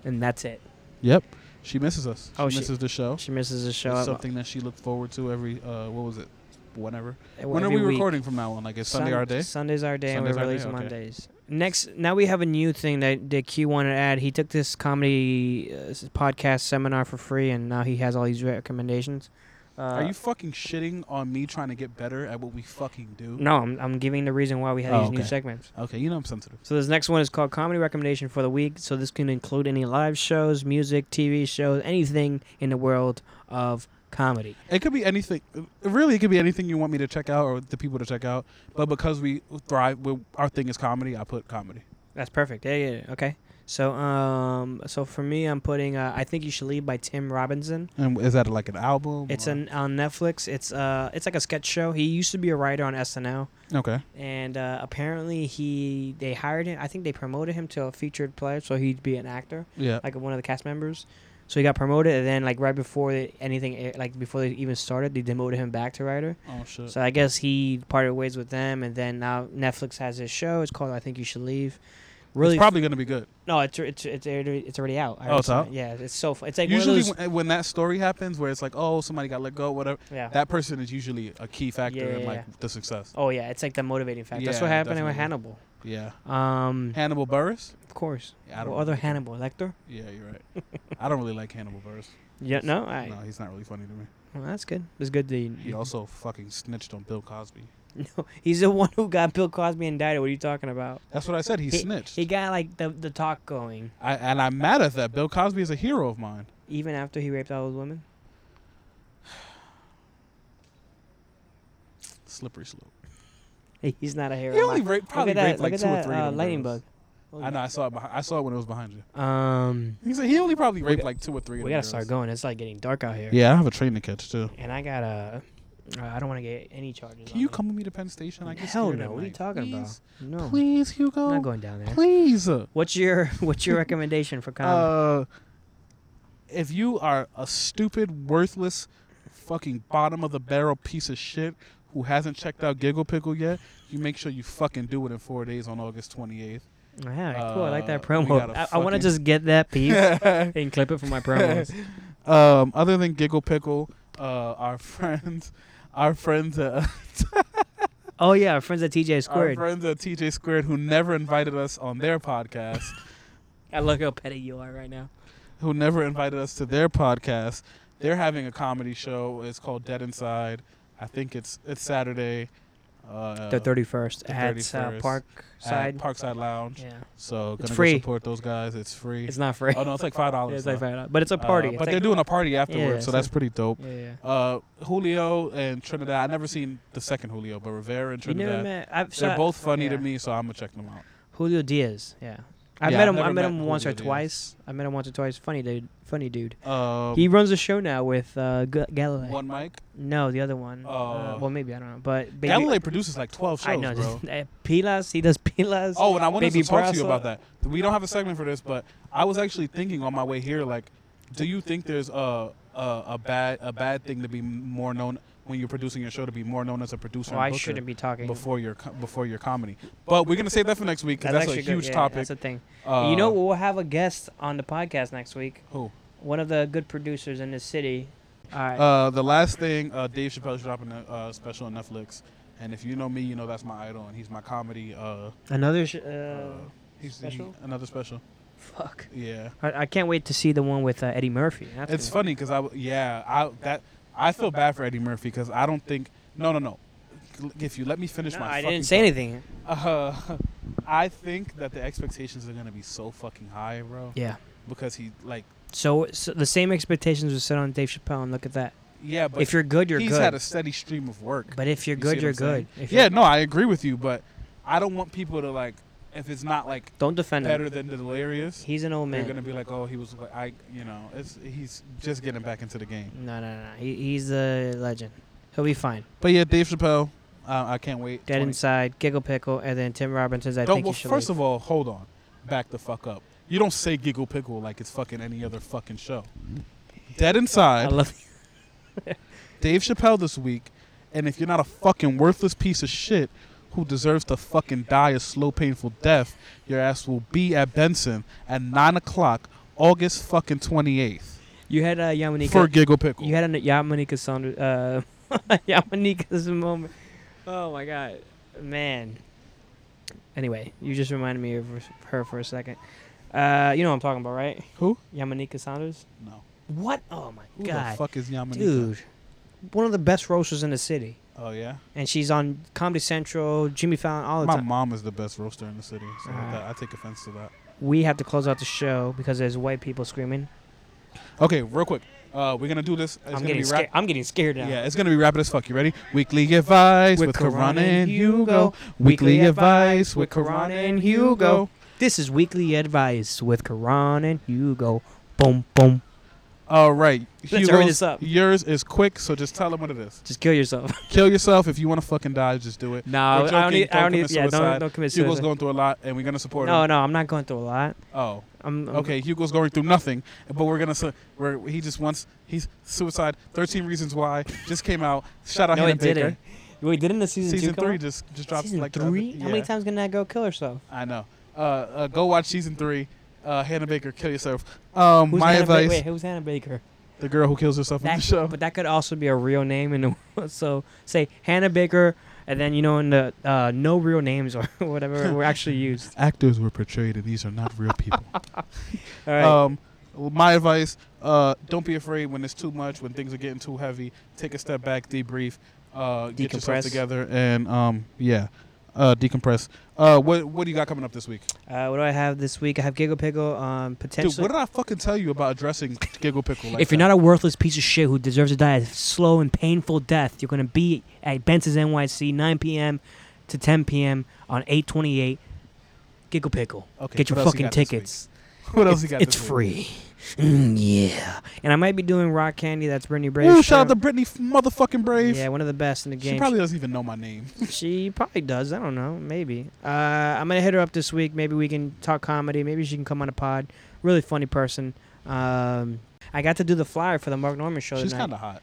Speaker 3: And that's it.
Speaker 4: Yep. She misses us. She
Speaker 3: Oh, she-
Speaker 4: misses the show.
Speaker 3: She misses the show.
Speaker 4: It's something that she looked forward to every uh, what was it? Whenever.
Speaker 3: Oh, every
Speaker 4: when are we
Speaker 3: week.
Speaker 4: recording from now on? Like it's Sunday
Speaker 3: Sun-
Speaker 4: our day.
Speaker 3: Sunday's our day,
Speaker 4: Sunday's
Speaker 3: and
Speaker 4: our
Speaker 3: we
Speaker 4: day,
Speaker 3: release
Speaker 4: okay.
Speaker 3: Mondays. Next, now we have a new thing that, that Q wanted to add. He took this comedy uh, s- podcast seminar for free, and now he has all these recommendations. Uh,
Speaker 4: Are you fucking shitting on me trying to get better at what we fucking do?
Speaker 3: no, I'm, I'm giving the reason why we have
Speaker 4: Oh,
Speaker 3: these new
Speaker 4: okay.
Speaker 3: segments.
Speaker 4: Okay, you know I'm sensitive.
Speaker 3: So this next one is called comedy recommendation for the week. So this can include any live shows, music, TV shows, anything in the world of comedy.
Speaker 4: It could be anything. Really, it could be anything you want me to check out or the people to check out. But because we thrive, we, our thing is comedy. I put comedy.
Speaker 3: That's perfect. Yeah, yeah. yeah. Okay. So um, so for me, I'm putting uh, I think you should leave by Tim Robinson.
Speaker 4: And is that like an album?
Speaker 3: It's
Speaker 4: or-
Speaker 3: an on Netflix. It's uh, it's like a sketch show. He used to be a writer on SNL,
Speaker 4: okay.
Speaker 3: and uh, apparently he they hired him. I think they promoted him to a featured player, so he'd be an actor,
Speaker 4: Yeah.
Speaker 3: like one of the cast members. So he got promoted, and then like right before they, anything, aired- like before they even started, they demoted him back to writer.
Speaker 4: Oh shit.
Speaker 3: So I guess he parted ways with them, and then now Netflix has his show. It's called I Think You Should Leave. Really,
Speaker 4: it's probably gonna be good.
Speaker 3: no, it's it's it's already, it's already out. I
Speaker 4: Oh,
Speaker 3: already
Speaker 4: it's
Speaker 3: saw
Speaker 4: out?
Speaker 3: it. Yeah, it's so fu- it's like one
Speaker 4: usually,
Speaker 3: of those,
Speaker 4: when, when that story happens, where it's like, oh, somebody got let go, whatever.
Speaker 3: yeah.
Speaker 4: That person is usually a key factor in
Speaker 3: Yeah.
Speaker 4: like the success.
Speaker 3: Oh yeah, it's like the motivating factor. That's
Speaker 4: Yeah,
Speaker 3: what happened with
Speaker 4: definitely.
Speaker 3: Hannibal.
Speaker 4: Yeah.
Speaker 3: Um,
Speaker 4: Hannibal Burris.
Speaker 3: of course.
Speaker 4: Yeah, I don't
Speaker 3: What other
Speaker 4: really-
Speaker 3: Hannibal Lecter?
Speaker 4: Yeah, you're right. I don't really like Hannibal Burris.
Speaker 3: Yeah, no, I.
Speaker 4: No, he's not really funny to me.
Speaker 3: Well, that's good. It's good that you-
Speaker 4: He also fucking snitched on Bill Cosby.
Speaker 3: No, he's the one who got Bill Cosby indicted. What are you talking about?
Speaker 4: That's what I said. He, snitched.
Speaker 3: He got like the the talk going,
Speaker 4: I, and I'm mad at that. Bill Cosby is a hero of mine.
Speaker 3: even after he raped all those women.
Speaker 4: Slippery slope.
Speaker 3: Hey, He's not a hero.
Speaker 4: He
Speaker 3: of
Speaker 4: only
Speaker 3: mine.
Speaker 4: raped, probably
Speaker 3: look at that,
Speaker 4: raped like
Speaker 3: look
Speaker 4: two
Speaker 3: at that,
Speaker 4: or three.
Speaker 3: Uh,
Speaker 4: of them
Speaker 3: lightning
Speaker 4: girls.
Speaker 3: bug.
Speaker 4: I know. I saw it. Behind, I saw it when it was behind you.
Speaker 3: Um,
Speaker 4: He said he only probably raped like two or three. of
Speaker 3: we
Speaker 4: them
Speaker 3: gotta start
Speaker 4: girls.
Speaker 3: going. It's like getting dark out here.
Speaker 4: Yeah, I have a train to catch too.
Speaker 3: And I gotta. Uh, I don't want to get any charges.
Speaker 4: Can you come with me to Penn Station? I get
Speaker 3: Hell
Speaker 4: scared
Speaker 3: no.
Speaker 4: at
Speaker 3: What are you
Speaker 4: night.
Speaker 3: talking
Speaker 4: please,
Speaker 3: about? No,
Speaker 4: Please, Hugo.
Speaker 3: I'm not going down there.
Speaker 4: Please. Uh,
Speaker 3: What's your What's your recommendation for comedy?
Speaker 4: Uh, if you are a stupid, worthless, fucking bottom of the barrel piece of shit who hasn't checked out Giggle Pickle yet, you make sure you fucking do it in four days on August 28th.
Speaker 3: yeah, cool. I like that
Speaker 4: uh, we
Speaker 3: promo.
Speaker 4: gotta
Speaker 3: I, I want to
Speaker 4: fucking-
Speaker 3: just get that piece and clip it for my promos.
Speaker 4: um, other than Giggle Pickle, uh, our friends, our friends, uh,
Speaker 3: Oh yeah, our friends at TJ
Speaker 4: our
Speaker 3: Squared.
Speaker 4: friends at TJ Squared who never invited us on their podcast.
Speaker 3: I look how petty you are right now.
Speaker 4: who never invited us to their podcast. They're having a comedy show. It's called Dead Inside. I think it's it's Saturday. Uh,
Speaker 3: the thirty first
Speaker 4: the
Speaker 3: at
Speaker 4: 31st
Speaker 3: uh,
Speaker 4: at
Speaker 3: Parkside.
Speaker 4: Parkside Lounge.
Speaker 3: yeah,
Speaker 4: So gonna
Speaker 3: free.
Speaker 4: Go support those guys. It's free.
Speaker 3: it's not free.
Speaker 4: oh no, it's like five dollars. Uh,
Speaker 3: it's like five dollars, but it's a party. It's
Speaker 4: but they're
Speaker 3: like-
Speaker 4: doing a party afterwards, so
Speaker 3: so-
Speaker 4: that's pretty dope.
Speaker 3: Yeah, yeah.
Speaker 4: Uh, Julio and Trinidad. I never seen the second Julio, but Rivera and
Speaker 3: You
Speaker 4: Trinidad.
Speaker 3: never met. I've, so
Speaker 4: they're
Speaker 3: I-
Speaker 4: both funny to
Speaker 3: yeah.
Speaker 4: me, so I'm gonna check them out.
Speaker 3: Julio Diaz. Yeah, I
Speaker 4: Yeah,
Speaker 3: met him.
Speaker 4: I've
Speaker 3: I
Speaker 4: never
Speaker 3: met
Speaker 4: met
Speaker 3: him once or
Speaker 4: Julio Diaz.
Speaker 3: twice. I met him once or twice. Funny dude. Funny dude.
Speaker 4: Um,
Speaker 3: he runs a show now with uh, G- Galilei.
Speaker 4: one mic.
Speaker 3: No, the other one. Uh,
Speaker 4: Oh.
Speaker 3: well, maybe I don't know. But baby,
Speaker 4: Galilei produces like twelve shows,
Speaker 3: I know.
Speaker 4: bro.
Speaker 3: uh, Pilas. He does Pilas.
Speaker 4: Oh, and I wanted
Speaker 3: Baby
Speaker 4: to talk to you
Speaker 3: Brasso.
Speaker 4: about that. We don't have a segment for this, but I was actually thinking on my way here, like, do you think there's a a, a bad a bad thing to be more known when you're producing your show to be more known as a producer?
Speaker 3: Oh,
Speaker 4: and
Speaker 3: I
Speaker 4: booker
Speaker 3: shouldn't be talking.
Speaker 4: before your co- before your comedy. But we're gonna save that for next week because
Speaker 3: That's
Speaker 4: that's, a
Speaker 3: actually good.
Speaker 4: huge
Speaker 3: Yeah,
Speaker 4: topic.
Speaker 3: That's a thing.
Speaker 4: Uh,
Speaker 3: you know, we'll have a guest on the podcast next week.
Speaker 4: who?
Speaker 3: One of the good producers in the city. All right.
Speaker 4: Uh, the last thing, uh, Dave Chappelle's dropping a uh, special on Netflix, and if you know me, you know that's my idol, and he's my comedy. Uh,
Speaker 3: Another. Sh- uh,
Speaker 4: uh, he's he-
Speaker 3: special?
Speaker 4: another special.
Speaker 3: fuck.
Speaker 4: Yeah.
Speaker 3: I, I can't wait to see the one with uh, Eddie Murphy. That's
Speaker 4: It's
Speaker 3: gonna-
Speaker 4: funny because I w- yeah I that I feel bad for Eddie Murphy because I don't think no no no if you let me finish
Speaker 3: No,
Speaker 4: my
Speaker 3: I
Speaker 4: fucking
Speaker 3: didn't say
Speaker 4: thought.
Speaker 3: anything.
Speaker 4: uh, I think that the expectations are gonna be so fucking high bro
Speaker 3: Yeah.
Speaker 4: because he like
Speaker 3: So, so the same expectations were set on Dave Chappelle, and look at that.
Speaker 4: yeah but
Speaker 3: if you're good, you're
Speaker 4: he's
Speaker 3: good.
Speaker 4: had a steady stream of work
Speaker 3: but if you're
Speaker 4: You see
Speaker 3: good,
Speaker 4: what
Speaker 3: you're
Speaker 4: I'm saying?
Speaker 3: good. If
Speaker 4: yeah
Speaker 3: you're-
Speaker 4: no I agree with you but I don't want people to like if it's not like
Speaker 3: Don't defend him.
Speaker 4: better than delirious
Speaker 3: He's an old
Speaker 4: they're
Speaker 3: man.
Speaker 4: gonna be like oh he was like I you know it's he's just getting back into the game
Speaker 3: No, no, no. He, he's a legend. He'll be fine.
Speaker 4: but yeah Dave Chappelle uh, I can't wait
Speaker 3: Dead
Speaker 4: 20
Speaker 3: inside, giggle pickle, and then Tim Robinson's. I
Speaker 4: No,
Speaker 3: think
Speaker 4: well,
Speaker 3: you should.
Speaker 4: first
Speaker 3: leave.
Speaker 4: of all, hold on. Back the fuck up. You don't say Giggle Pickle like it's fucking any other fucking show. Dead
Speaker 3: I
Speaker 4: Inside,
Speaker 3: love.
Speaker 4: Dave Chappelle this week, and if you're not a fucking worthless piece of shit who deserves to fucking die a slow, painful death, your ass will be at Benson at 9 o'clock, August fucking 28th.
Speaker 3: You had uh, Yamanika.
Speaker 4: For Giggle Pickle.
Speaker 3: You had a Yamanika Saunders, uh, Yamanika's moment. Oh my god, man. Anyway, you just reminded me of her for a second. Uh, you know what I'm talking about, right?
Speaker 4: Who?
Speaker 3: Yamanika Saunders.
Speaker 4: No.
Speaker 3: What? Oh my
Speaker 4: Who the
Speaker 3: god,
Speaker 4: fuck is Yamanika?
Speaker 3: dude, one of the best roasters in the city,
Speaker 4: Oh, yeah?
Speaker 3: and she's on Comedy Central, Jimmy Fallon, all the
Speaker 4: My
Speaker 3: time.
Speaker 4: mom is the best roaster in the city, so
Speaker 3: Alright.
Speaker 4: that, I take offense to that.
Speaker 3: We have to close out the show because there's white people screaming.
Speaker 4: Okay, real quick. Uh, we're going to do this. It's
Speaker 3: I'm
Speaker 4: gonna
Speaker 3: getting
Speaker 4: be rap-
Speaker 3: scared. I'm getting scared now.
Speaker 4: Yeah, it's gonna be rapid as fuck. You ready? Weekly advice with,
Speaker 3: With
Speaker 4: Karan
Speaker 3: Karan
Speaker 4: and
Speaker 3: and
Speaker 4: Hugo.
Speaker 3: Hugo.
Speaker 4: Weekly
Speaker 3: Weekly
Speaker 4: advice with
Speaker 3: with
Speaker 4: Karan
Speaker 3: Karan
Speaker 4: and
Speaker 3: and Hugo.
Speaker 4: Hugo.
Speaker 3: This is weekly advice with Karan and Hugo. Boom, boom.
Speaker 4: All right,
Speaker 3: Let's hurry
Speaker 4: Hugo's-
Speaker 3: this up.
Speaker 4: Yours is quick, so just tell them what it is.
Speaker 3: Just kill yourself.
Speaker 4: Kill yourself if you want to fucking die. Just do it.
Speaker 3: No,
Speaker 4: We're joking,
Speaker 3: I don't need. I
Speaker 4: don't
Speaker 3: don't
Speaker 4: commit
Speaker 3: need. Yeah,
Speaker 4: suicide.
Speaker 3: don't, don't commit
Speaker 4: Hugo's
Speaker 3: suicide.
Speaker 4: going through a lot, and we're gonna support
Speaker 3: No,
Speaker 4: him.
Speaker 3: no, I'm not going through a lot.
Speaker 4: Oh,
Speaker 3: I'm, I'm
Speaker 4: okay. Hugo's going through nothing, but we're gonna. Su- we're, he just wants. He's suicide. Thirteen Reasons Why just came out. Shout out
Speaker 3: No,
Speaker 4: Hannah
Speaker 3: it
Speaker 4: Baker.
Speaker 3: didn't. Wait, didn't the season, two
Speaker 4: Season,
Speaker 3: come
Speaker 4: three
Speaker 3: out?
Speaker 4: just just dropped
Speaker 3: season
Speaker 4: like the other-
Speaker 3: three? How
Speaker 4: yeah.
Speaker 3: many times can that girl kill herself?
Speaker 4: I know. Uh, uh, go watch season three. Uh, Hannah Baker, kill yourself. Um,
Speaker 3: Who's
Speaker 4: my
Speaker 3: Hannah Ba-
Speaker 4: advice:
Speaker 3: wait, who's Hannah Baker?
Speaker 4: the girl who kills herself on
Speaker 3: That,
Speaker 4: the show.
Speaker 3: But that could also be a real name in the world. So say Hannah Baker, and And then you know, in the uh, no real names or whatever were actually used.
Speaker 4: Actors were portrayed, and these are not real people.
Speaker 3: All right.
Speaker 4: Um, well, my advice: uh, don't be afraid when it's too much, when things are getting too heavy. Take a step back, debrief, uh, get yourself
Speaker 3: Decompress.
Speaker 4: together, and um, yeah, uh, decompress. Uh, what What do you got coming up this week,
Speaker 3: uh, what do I have this week? I have Giggle Pickle. Um,
Speaker 4: dude?
Speaker 3: potentially.
Speaker 4: What did I fucking tell you about addressing giggle pickle? Like
Speaker 3: if you're
Speaker 4: that?
Speaker 3: not a worthless piece of shit who deserves to die a slow and painful death, you're going to be at Benson's NYC 9 p.m. to 10 p.m. on 828. Giggle Pickle.
Speaker 4: okay,
Speaker 3: Get your
Speaker 4: what else you
Speaker 3: fucking
Speaker 4: got this
Speaker 3: tickets.
Speaker 4: week? What else you got?
Speaker 5: It's
Speaker 4: this week?
Speaker 5: free. Mm, yeah.
Speaker 3: And I might be doing Rock Candy. That's Brittany Brave.
Speaker 4: Ooh, shout out to Brittany f- motherfucking Brave.
Speaker 3: Yeah, one of the best in the game.
Speaker 4: she probably doesn't even know my name.
Speaker 3: She probably does. I don't know. Maybe. Uh, I'm gonna hit her up this week. Maybe we can talk comedy. Maybe she can come on a pod. Really funny person. Um, I got to do the flyer for the Mark Norman show
Speaker 4: She's
Speaker 3: tonight.
Speaker 4: kind of hot.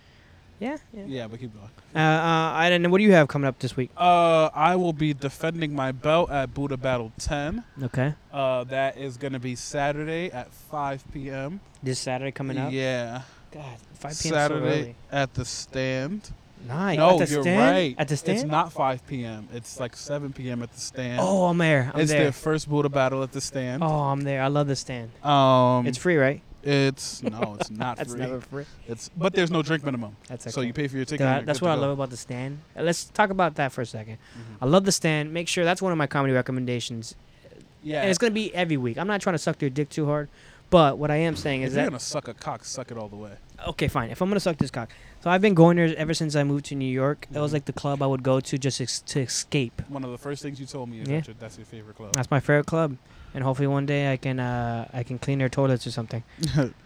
Speaker 3: yeah. yeah.
Speaker 4: Yeah, but keep going.
Speaker 3: Uh, uh, I don't know. What do you have coming up this week?
Speaker 4: Uh, I will be defending my belt at Buddha Battle 10.
Speaker 3: Okay.
Speaker 4: Uh, that is going to be Saturday at 5 p.m.
Speaker 3: This Saturday coming up.
Speaker 4: Yeah.
Speaker 3: God, 5 p.m. so
Speaker 4: Saturday
Speaker 3: early.
Speaker 4: at the stand.
Speaker 3: Nice.
Speaker 4: no,
Speaker 3: At the
Speaker 4: you're
Speaker 3: stand?
Speaker 4: right.
Speaker 3: At the
Speaker 4: It's
Speaker 3: stand.
Speaker 4: not 5 p.m. It's like 7 p.m. at the stand.
Speaker 3: oh, I'm there. I'm
Speaker 4: it's
Speaker 3: there.
Speaker 4: their first Buddha Battle at the stand.
Speaker 3: oh, I'm there. I love the stand.
Speaker 4: Um,
Speaker 3: It's free, right?
Speaker 4: it's no, it's not
Speaker 3: That's
Speaker 4: free.
Speaker 3: never free.
Speaker 4: It's but there's no drink minimum,
Speaker 3: That's okay.
Speaker 4: so you pay for your ticket.
Speaker 3: That-
Speaker 4: and you're
Speaker 3: that's
Speaker 4: good
Speaker 3: what I
Speaker 4: to go.
Speaker 3: love about the stand. Uh, Let's talk about that for a 2nd
Speaker 4: Mhm.
Speaker 3: I love the stand. Make sure that's one of my comedy recommendations.
Speaker 4: Yeah,
Speaker 3: And it's gonna be every week. I'm not trying to suck your dick too hard, but what I am saying
Speaker 4: if
Speaker 3: is
Speaker 4: you're
Speaker 3: that
Speaker 4: gonna suck a cock, suck it all the way.
Speaker 3: okay, fine. If I'm gonna suck this cock, so I've been going there ever since I moved to New York. It was
Speaker 4: Mhm.
Speaker 3: like the club I would go to just ex- to escape.
Speaker 4: One of the first things you told me is
Speaker 3: Yeah.
Speaker 4: that your- that's your favorite club.
Speaker 3: That's my favorite club, and hopefully one day I can uh, I can clean their toilets or something.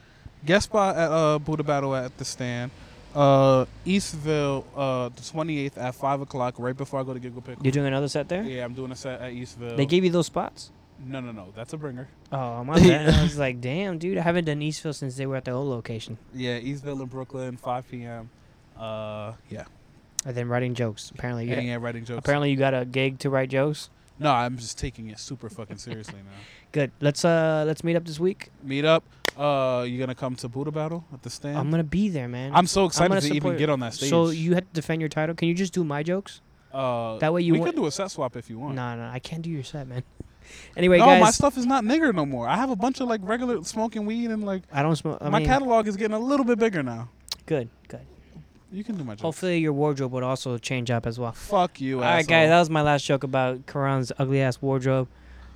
Speaker 4: guest spot at uh, Buddha Battle at the stand. Uh, Eastville, uh, the 28th at 5 o'clock, right before I go to Giggle Pickle.
Speaker 3: You're doing another set there?
Speaker 4: yeah, I'm doing a set at Eastville.
Speaker 3: They gave you those spots?
Speaker 4: no, no, no. That's a bringer.
Speaker 3: Oh my bad. I was like, damn, dude, I haven't done Eastville since they were at the old location.
Speaker 4: Yeah, Eastville in Brooklyn, 5 p.m. Uh, yeah.
Speaker 3: And then writing jokes. Apparently, you
Speaker 4: And yeah, writing jokes.
Speaker 3: apparently you got a gig to write jokes.
Speaker 4: No, I'm just taking it super fucking seriously now.
Speaker 3: Good. Let's uh let's meet up this week.
Speaker 4: Meet up. Uh, you gonna come to Buddha Battle at the stand?
Speaker 3: I'm gonna be there, man.
Speaker 4: I'm so excited
Speaker 3: gonna
Speaker 4: to even
Speaker 3: support-
Speaker 4: get on that stage.
Speaker 3: So you had to defend your title. Can you just do my jokes?
Speaker 4: uh,
Speaker 3: that way you
Speaker 4: we
Speaker 3: won't-
Speaker 4: can do a set swap if you
Speaker 3: No,
Speaker 4: want.
Speaker 3: no, I can't do your set, man. Anyway,
Speaker 4: no,
Speaker 3: guys,
Speaker 4: my stuff is not nigger no more. I have a bunch of like regular smoking weed and like
Speaker 3: I don't smoke. I
Speaker 4: my
Speaker 3: mean,
Speaker 4: catalog is getting a little bit bigger now.
Speaker 3: good, good.
Speaker 4: You can do my job.
Speaker 3: Hopefully, your wardrobe would also change up as well.
Speaker 4: Fuck you,
Speaker 3: All
Speaker 4: asshole.
Speaker 3: right, guys, that was my last joke about Karan's ugly ass wardrobe.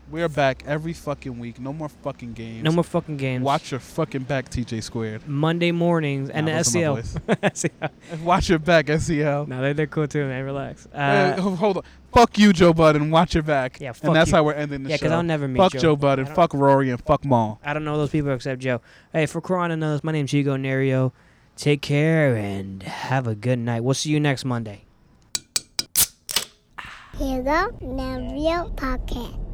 Speaker 4: We're back every fucking week. No more fucking games.
Speaker 3: No more fucking games.
Speaker 4: Watch your fucking back, TJ Squared.
Speaker 3: Monday mornings and
Speaker 4: Nah,
Speaker 3: the E
Speaker 4: those are my
Speaker 3: SEL. SEL.
Speaker 4: voice. Watch your back, E SEL.
Speaker 3: No, they- they're cool too, man. Relax.
Speaker 4: Uh,
Speaker 3: Uh,
Speaker 4: hold on. Fuck you, Joe Budden. Watch your back.
Speaker 3: Yeah, fuck
Speaker 4: and that's
Speaker 3: you.
Speaker 4: how we're ending the
Speaker 3: yeah, because I'll
Speaker 4: show.
Speaker 3: never meet
Speaker 4: fuck
Speaker 3: Joe.
Speaker 4: Joe Budden.
Speaker 3: I don't-
Speaker 4: Fuck Rory and fuck Maul.
Speaker 3: I don't know those people except Joe. Hey, for Karan and others, my name's Hugo Nario. Take care and have a good night. We'll see you next Monday.
Speaker 2: Hello, now real podcast.